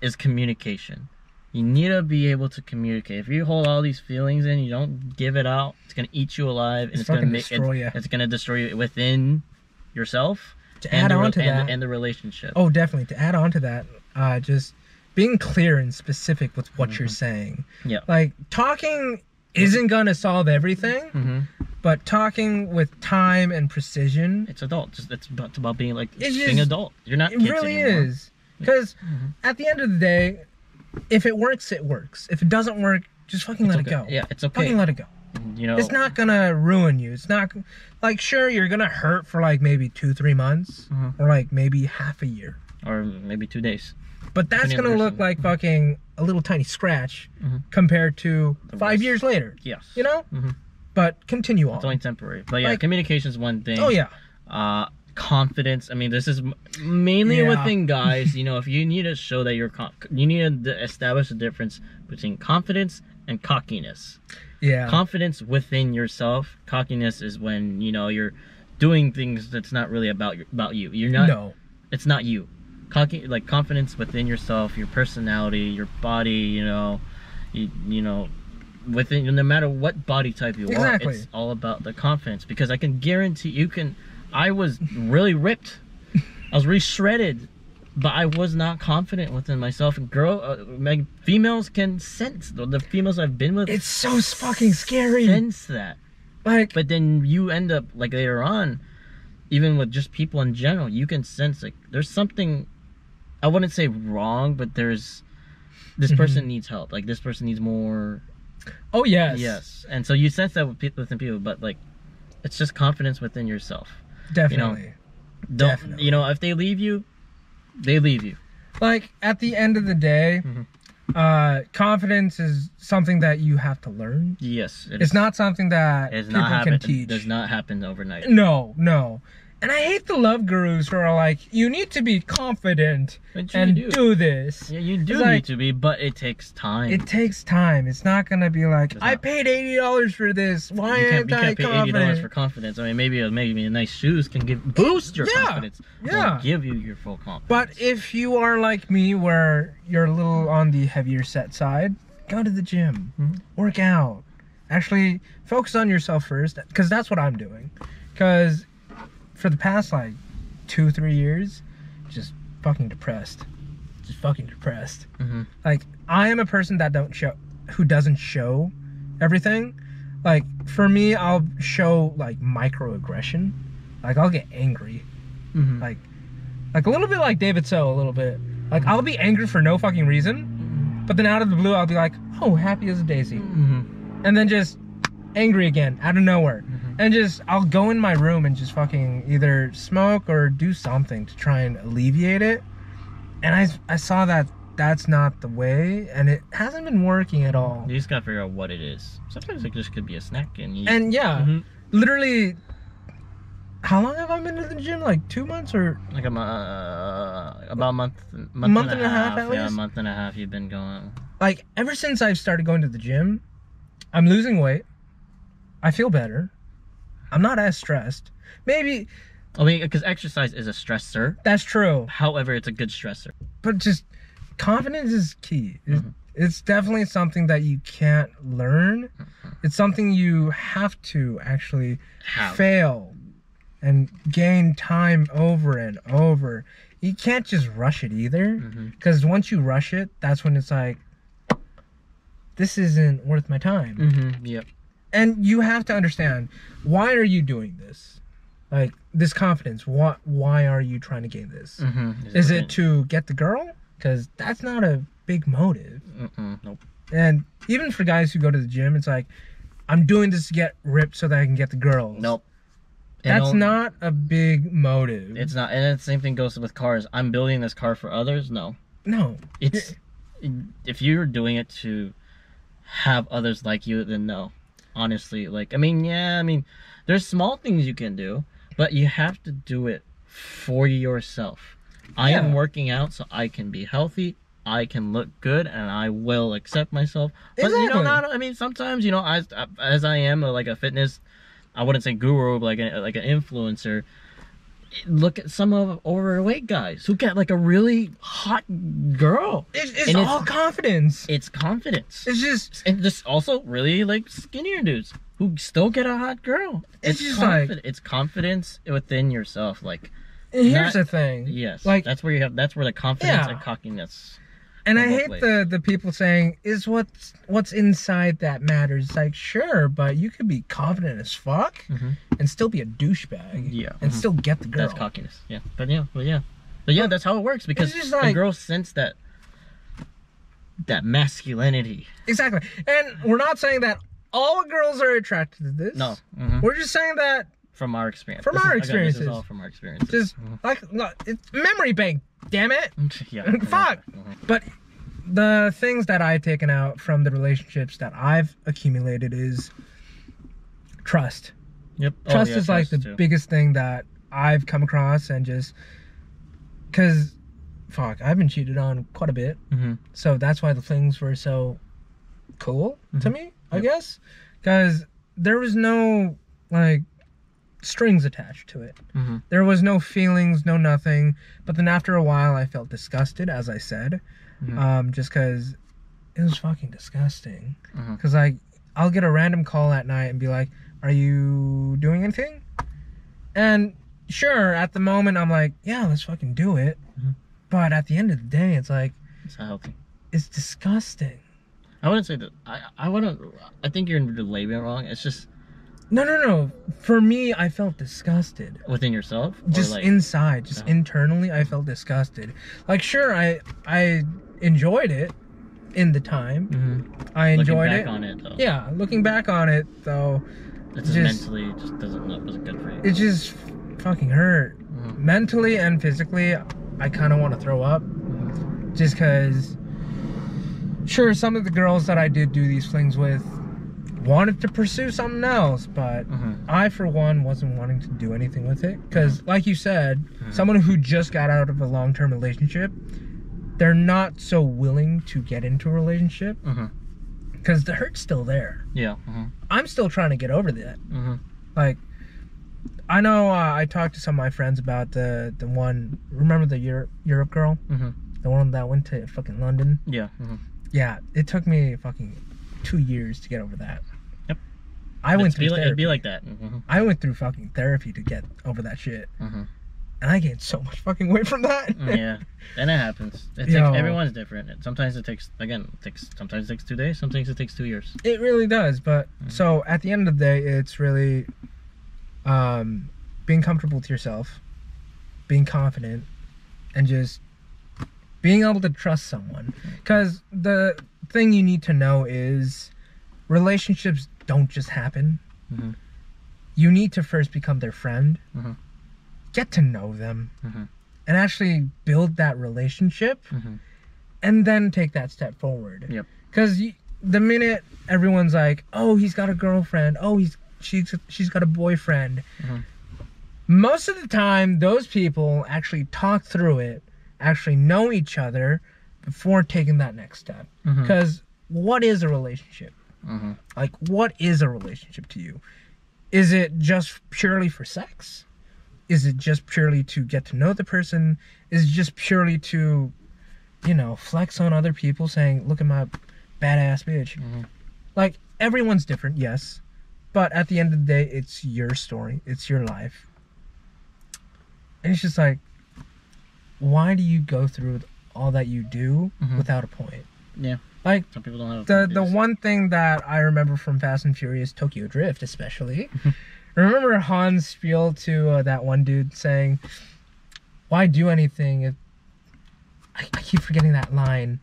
B: is communication. You need to be able to communicate. If you hold all these feelings in, you don't give it out. It's gonna eat you alive, and
A: It's
B: it's, gonna
A: fucking
B: make it's-
A: destroy ya.
B: it's gonna destroy you within yourself.
A: to
B: and
A: add
B: the, re-
A: on to
B: and,
A: that.
B: and the relationship.
A: oh, definitely. To add on to that, uh, just being clear and specific with what you're saying.
B: Mm-hmm. Yeah.
A: Like talking isn't gonna solve everything,
B: hmm
A: but talking with time and precision,
B: It's adult. Just it's about, it's about being like
A: It
B: being
A: is-
B: adult. You're not.
A: it
B: kids
A: really
B: anymore.
A: is. Because
B: Mhm.
A: at the end of the day, if it works, it works. If it doesn't work, just fucking
B: It's
A: let
B: okay.
A: it go.
B: Yeah, it's okay. Oh.
A: Fucking let it go.
B: you know,
A: It's not gonna ruin you. It's not like sure you're gonna hurt for like maybe two, three months,
B: Mhm.
A: or like maybe half a year.
B: or maybe two days.
A: But that's
B: Any
A: gonna
B: other
A: look
B: reason.
A: like fucking a little tiny scratch
B: Mhm.
A: compared to
B: The
A: five
B: rest.
A: years later.
B: Yes.
A: You know?
B: Mhm.
A: But continue
B: It's only
A: on.
B: temporary. But yeah,
A: Like-
B: communication's one thing.
A: Oh yeah.
B: uh confidence i mean this is m- mainly
A: Yeah. <laughs>
B: within guys you know if you need to show that you're con- you need to d- establish the difference between confidence and cockiness
A: Yeah.
B: confidence within yourself cockiness is when you know you're doing things that's not really about your, about you you're not
A: no.
B: it's not you cocky like confidence within yourself your personality your body you know you, you know within no matter what body type you
A: Exactly.
B: are it's all about the confidence because i can guarantee you can i was really ripped i was really shredded but i was not confident within myself and girl uh, like females can sense the, the females i've been with
A: It's so s- fucking scary.
B: sense that
A: like
B: but then you end up like later on, even with just people in general, you can sense like there's something I wouldn't say wrong, but there's this
A: Mhm.
B: person needs help. Like this person needs more
A: oh yes.
B: yes. And so you sense that with people within people, but like it's just confidence within yourself.
A: Definitely.
B: Don't
A: Definitely.
B: you know, if they leave you, they leave you.
A: Like at the end of the day,
B: Mhm.
A: uh confidence is something that you have to learn.
B: Yes. it
A: It's
B: is-
A: not something that
B: it does
A: people
B: not happen
A: can
B: it
A: teach.
B: does not happen overnight.
A: No, no. And I hate the love gurus who are like, you need to be confident
B: But you
A: and
B: do.
A: do this.
B: yeah, you do
A: It's like-
B: need to be, but it takes time.
A: It takes time. It's not gonna be like
B: It's
A: I
B: not.
A: paid eighty dollars for this. Why
B: you can't,
A: aren't
B: you
A: I
B: can't pay eighty dollars
A: confident?
B: for confidence. I mean, maybe maybe nice shoes can give boost your
A: Yeah,
B: confidence. won't
A: yeah.
B: give you your full confidence.
A: But if you are like me, where you're a little on the heavier set side, go to the gym,
B: Mhm.
A: work out. Actually, focus on yourself first, because that's what I'm doing. Because for the past like two, three years, just fucking depressed, just fucking depressed.
B: Mhm.
A: Like I am a person that don't show, who doesn't show everything. Like for me, I'll show like microaggression. Like I'll get angry
B: Mhm.
A: like like a little bit like David So a little bit. Like I'll be angry for no fucking reason, but then out of the blue I'll be like, "Oh, happy as a daisy."
B: Mhm.
A: And then just angry again out of nowhere.
B: Mhm.
A: And just I'll go in my room and just fucking either smoke or do something to try and alleviate it. And I I saw that that's not the way and it hasn't been working at all.
B: you just gotta figure out
A: uh,
B: Mm-hmm. what it is. Sometimes it just could be a snack, and you
A: And yeah,
B: Mhm.
A: literally How long have I been to the gym? Like two months or
B: Like a, mo- uh, about a month, month,
A: Month and a half, at
B: yeah,
A: least?
B: a month and a half. You've been going.
A: like ever since I've started going to the gym, I'm losing weight. I feel better. I'm not as stressed. Maybe
B: I mean, because exercise is a stressor.
A: that's true,
B: However, it's a good stressor.
A: but just confidence is key. It- It's definitely something that you can't learn. It's something you have to actually
B: How?
A: fail and gain time over and over. You can't just rush it either.
B: Mhm.
A: Because once you rush it, that's when it's like, this isn't worth my time.
B: Mm-hmm. Yep.
A: And you have to understand why are you doing this? Like this confidence. What? Why are you trying to gain this?
B: Mm-hmm.
A: Is it to get the girl? Because that's not a big motive.
B: Mm-mm. Nope.
A: And even for guys who go to the gym, it's like, I'm doing this to get ripped so that I can get the girls.
B: Nope. And
A: That's
B: don't-
A: not a big motive.
B: It's not. And the same thing goes with cars. I'm building this car for others. No.
A: no.
B: It's if you're doing it to have others like you, then no. Honestly, like I mean, yeah, I mean, there's small things you can do, but you have to do it for yourself. I am
A: Yeah.
B: working out so I can be healthy. I can look good, and I will accept myself. But you know,
A: Exactly.
B: not. I mean, sometimes you know, as as I am uh, like a fitness, I wouldn't say guru, but like an, like an influencer. Look at some of overweight guys who get like a really hot girl.
A: It's, it's
B: And it's-
A: all confidence.
B: It's confidence.
A: It's just
B: and just also really like skinnier dudes who still get a hot girl.
A: It's just like-
B: it's confidence within yourself. Like
A: here's
B: Not-
A: the thing.
B: yes,
A: Like-
B: like that's where you have that's where the confidence
A: Yeah.
B: and cockiness.
A: And I
B: Both
A: hate
B: ways.
A: the the people saying is what's what's inside that matters. It's like sure, but you could be confident as fuck
B: Mhm.
A: and still be a douchebag.
B: Yeah.
A: And
B: Mhm.
A: still get the girl.
B: That's cockiness. Yeah, but yeah, but yeah, but yeah, that's how it works because
A: just
B: the
A: like-
B: girls sense that that masculinity.
A: exactly. And we're not saying that all girls are attracted to this.
B: No, mhm.
A: We're just saying that
B: from our experience.
A: From
B: This
A: our
B: is- again, This
A: experiences.
B: is all from our experiences. <laughs>
A: just
B: Mm-hmm.
A: like no, it's memory bank. Damn it.
B: Mhm. yeah.
A: <laughs> Fuck.
B: Mhm.
A: But the things that I've taken out from the relationships that I've accumulated is trust.
B: Yep. Oh,
A: trust
B: yeah,
A: is like
B: trust
A: the
B: too.
A: biggest thing that I've come across and just cuz fuck, I've been cheated on quite a bit.
B: Mhm.
A: So that's why the flings were so cool to
B: Mhm.
A: me, I
B: Yep.
A: guess, cuz there was no like strings attached to it.
B: Mhm.
A: There was no feelings, no nothing. But then after a while, I felt disgusted, as I said,
B: Mhm.
A: um, just because it was fucking disgusting.
B: Mhm.
A: Because like I'll get a random call at night and be like, "Are you doing anything?" And sure, at the moment I'm like, "Yeah, let's fucking do it."
B: Mhm.
A: But at the end of the day, it's like
B: It's not healthy.
A: it's disgusting.
B: I wouldn't say that. I I wouldn't. I think you're labeling it wrong. It's just
A: No, no, no. For me, I felt disgusted.
B: within yourself. or
A: just
B: like, uh-huh.
A: inside just
B: No.
A: internally i felt disgusted like sure i i enjoyed it in the time
B: Mhm.
A: i
B: looking
A: enjoyed
B: back
A: it
B: on it though.
A: yeah looking back on it though
B: it's just,
A: just-
B: mentally just doesn't look wasn't good for you.
A: it just fucking hurt
B: Mhm.
A: mentally and physically i kind of want to throw up
B: Mm-hmm.
A: just because sure some of the girls that i did do these flings with wanted to pursue something else but
B: Mhm.
A: I, for one, wasn't wanting to do anything with it because, like you said,
B: Mhm.
A: someone who just got out of a long term relationship, they're not so willing to get into a relationship
B: Mhm.
A: because the hurt's still there.
B: Yeah. Mhm.
A: I'm still trying to get over that.
B: Mhm.
A: Like, I know uh, I talked to some of my friends about the the one. Remember the Europe Europe girl,
B: Mhm.
A: the one that went to fucking London.
B: Yeah. Mhm.
A: Yeah, it took me fucking two years to get over that.
B: Yep.
A: I went
B: It's
A: through
B: be like,
A: therapy.
B: it'd be like that. Mhm.
A: I went through fucking therapy to get over that shit.
B: Mhm.
A: and I gained so much fucking weight from that.
B: Mm,
A: <laughs>
B: yeah. And it happens. It takes,
A: Yo.
B: everyone's different. It, sometimes it takes again. It takes sometimes it takes two days. Sometimes it takes two years.
A: It really does. But
B: Mhm.
A: so at the end of the day, it's really um, being comfortable with yourself, being confident, and just being able to trust someone. Because the thing you need to know is relationships don't just happen.
B: Mhm.
A: You need to first become their friend,
B: Mhm.
A: get to know them,
B: Mhm.
A: and actually build that relationship.
B: Mhm.
A: and then take that step forward.
B: Yep.
A: Because the minute everyone's like, "Oh, he's got a girlfriend. Oh, he's she's she's got a boyfriend,"
B: Mhm.
A: most of the time those people actually talk through it actually know each other before taking that next step
B: Mhm.
A: because what is a relationship
B: Mhm.
A: like what is a relationship to you is it just purely for sex is it just purely to get to know the person is it just purely to you know flex on other people saying look at my badass bitch
B: Mhm.
A: like everyone's different yes but at the end of the day it's your story it's your life and it's just like why do you go through with all that you do
B: Mhm.
A: without a point
B: Yeah.
A: like
B: Some people don't have
A: the the
B: these.
A: one thing that I remember from Fast and Furious Tokyo Drift, especially, <laughs> remember Han's spiel to uh, that one dude saying, "Why do anything if I, I keep forgetting that line?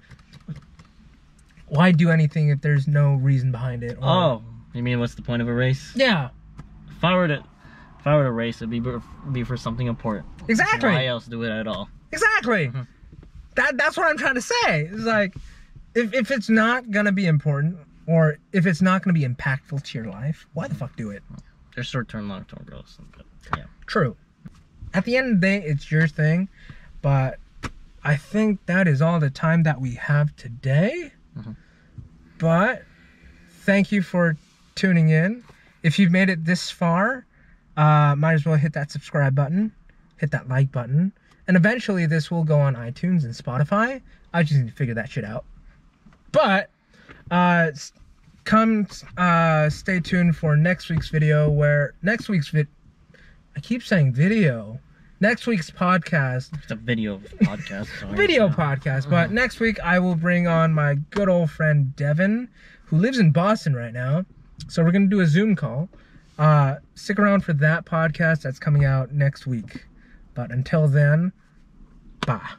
A: Why do anything if there's no reason behind it?" or-
B: Oh, you mean what's the point of a race?
A: yeah,
B: If I were to, if I were to race, it'd be be- be for something important.
A: exactly,
B: Why else do it at all?
A: exactly.
B: Mhm.
A: That that's what I'm trying to say. It's like if if it's not gonna be important or if it's not gonna be impactful to your life, why the fuck do it?
B: There's short-term, long-term goals. But yeah.
A: True. At the end of the day, it's your thing, but I think that is all the time that we have today.
B: Mhm.
A: But thank you for tuning in. If you've made it this far, uh, might as well hit that subscribe button, hit that like button, and eventually this will go on iTunes and Spotify. I just need to figure that shit out. But uh, s- come uh, stay tuned for next week's video where next week's vid I keep saying video. Next week's podcast,
B: It's a video podcast.
A: <laughs>
B: sorry.
A: video
B: Yeah.
A: podcast, but next week I will bring on my good old friend Devin, who lives in Boston right now. So we're going to do a Zoom call. Uh, stick around for that podcast that's coming out next week. But until then, bye.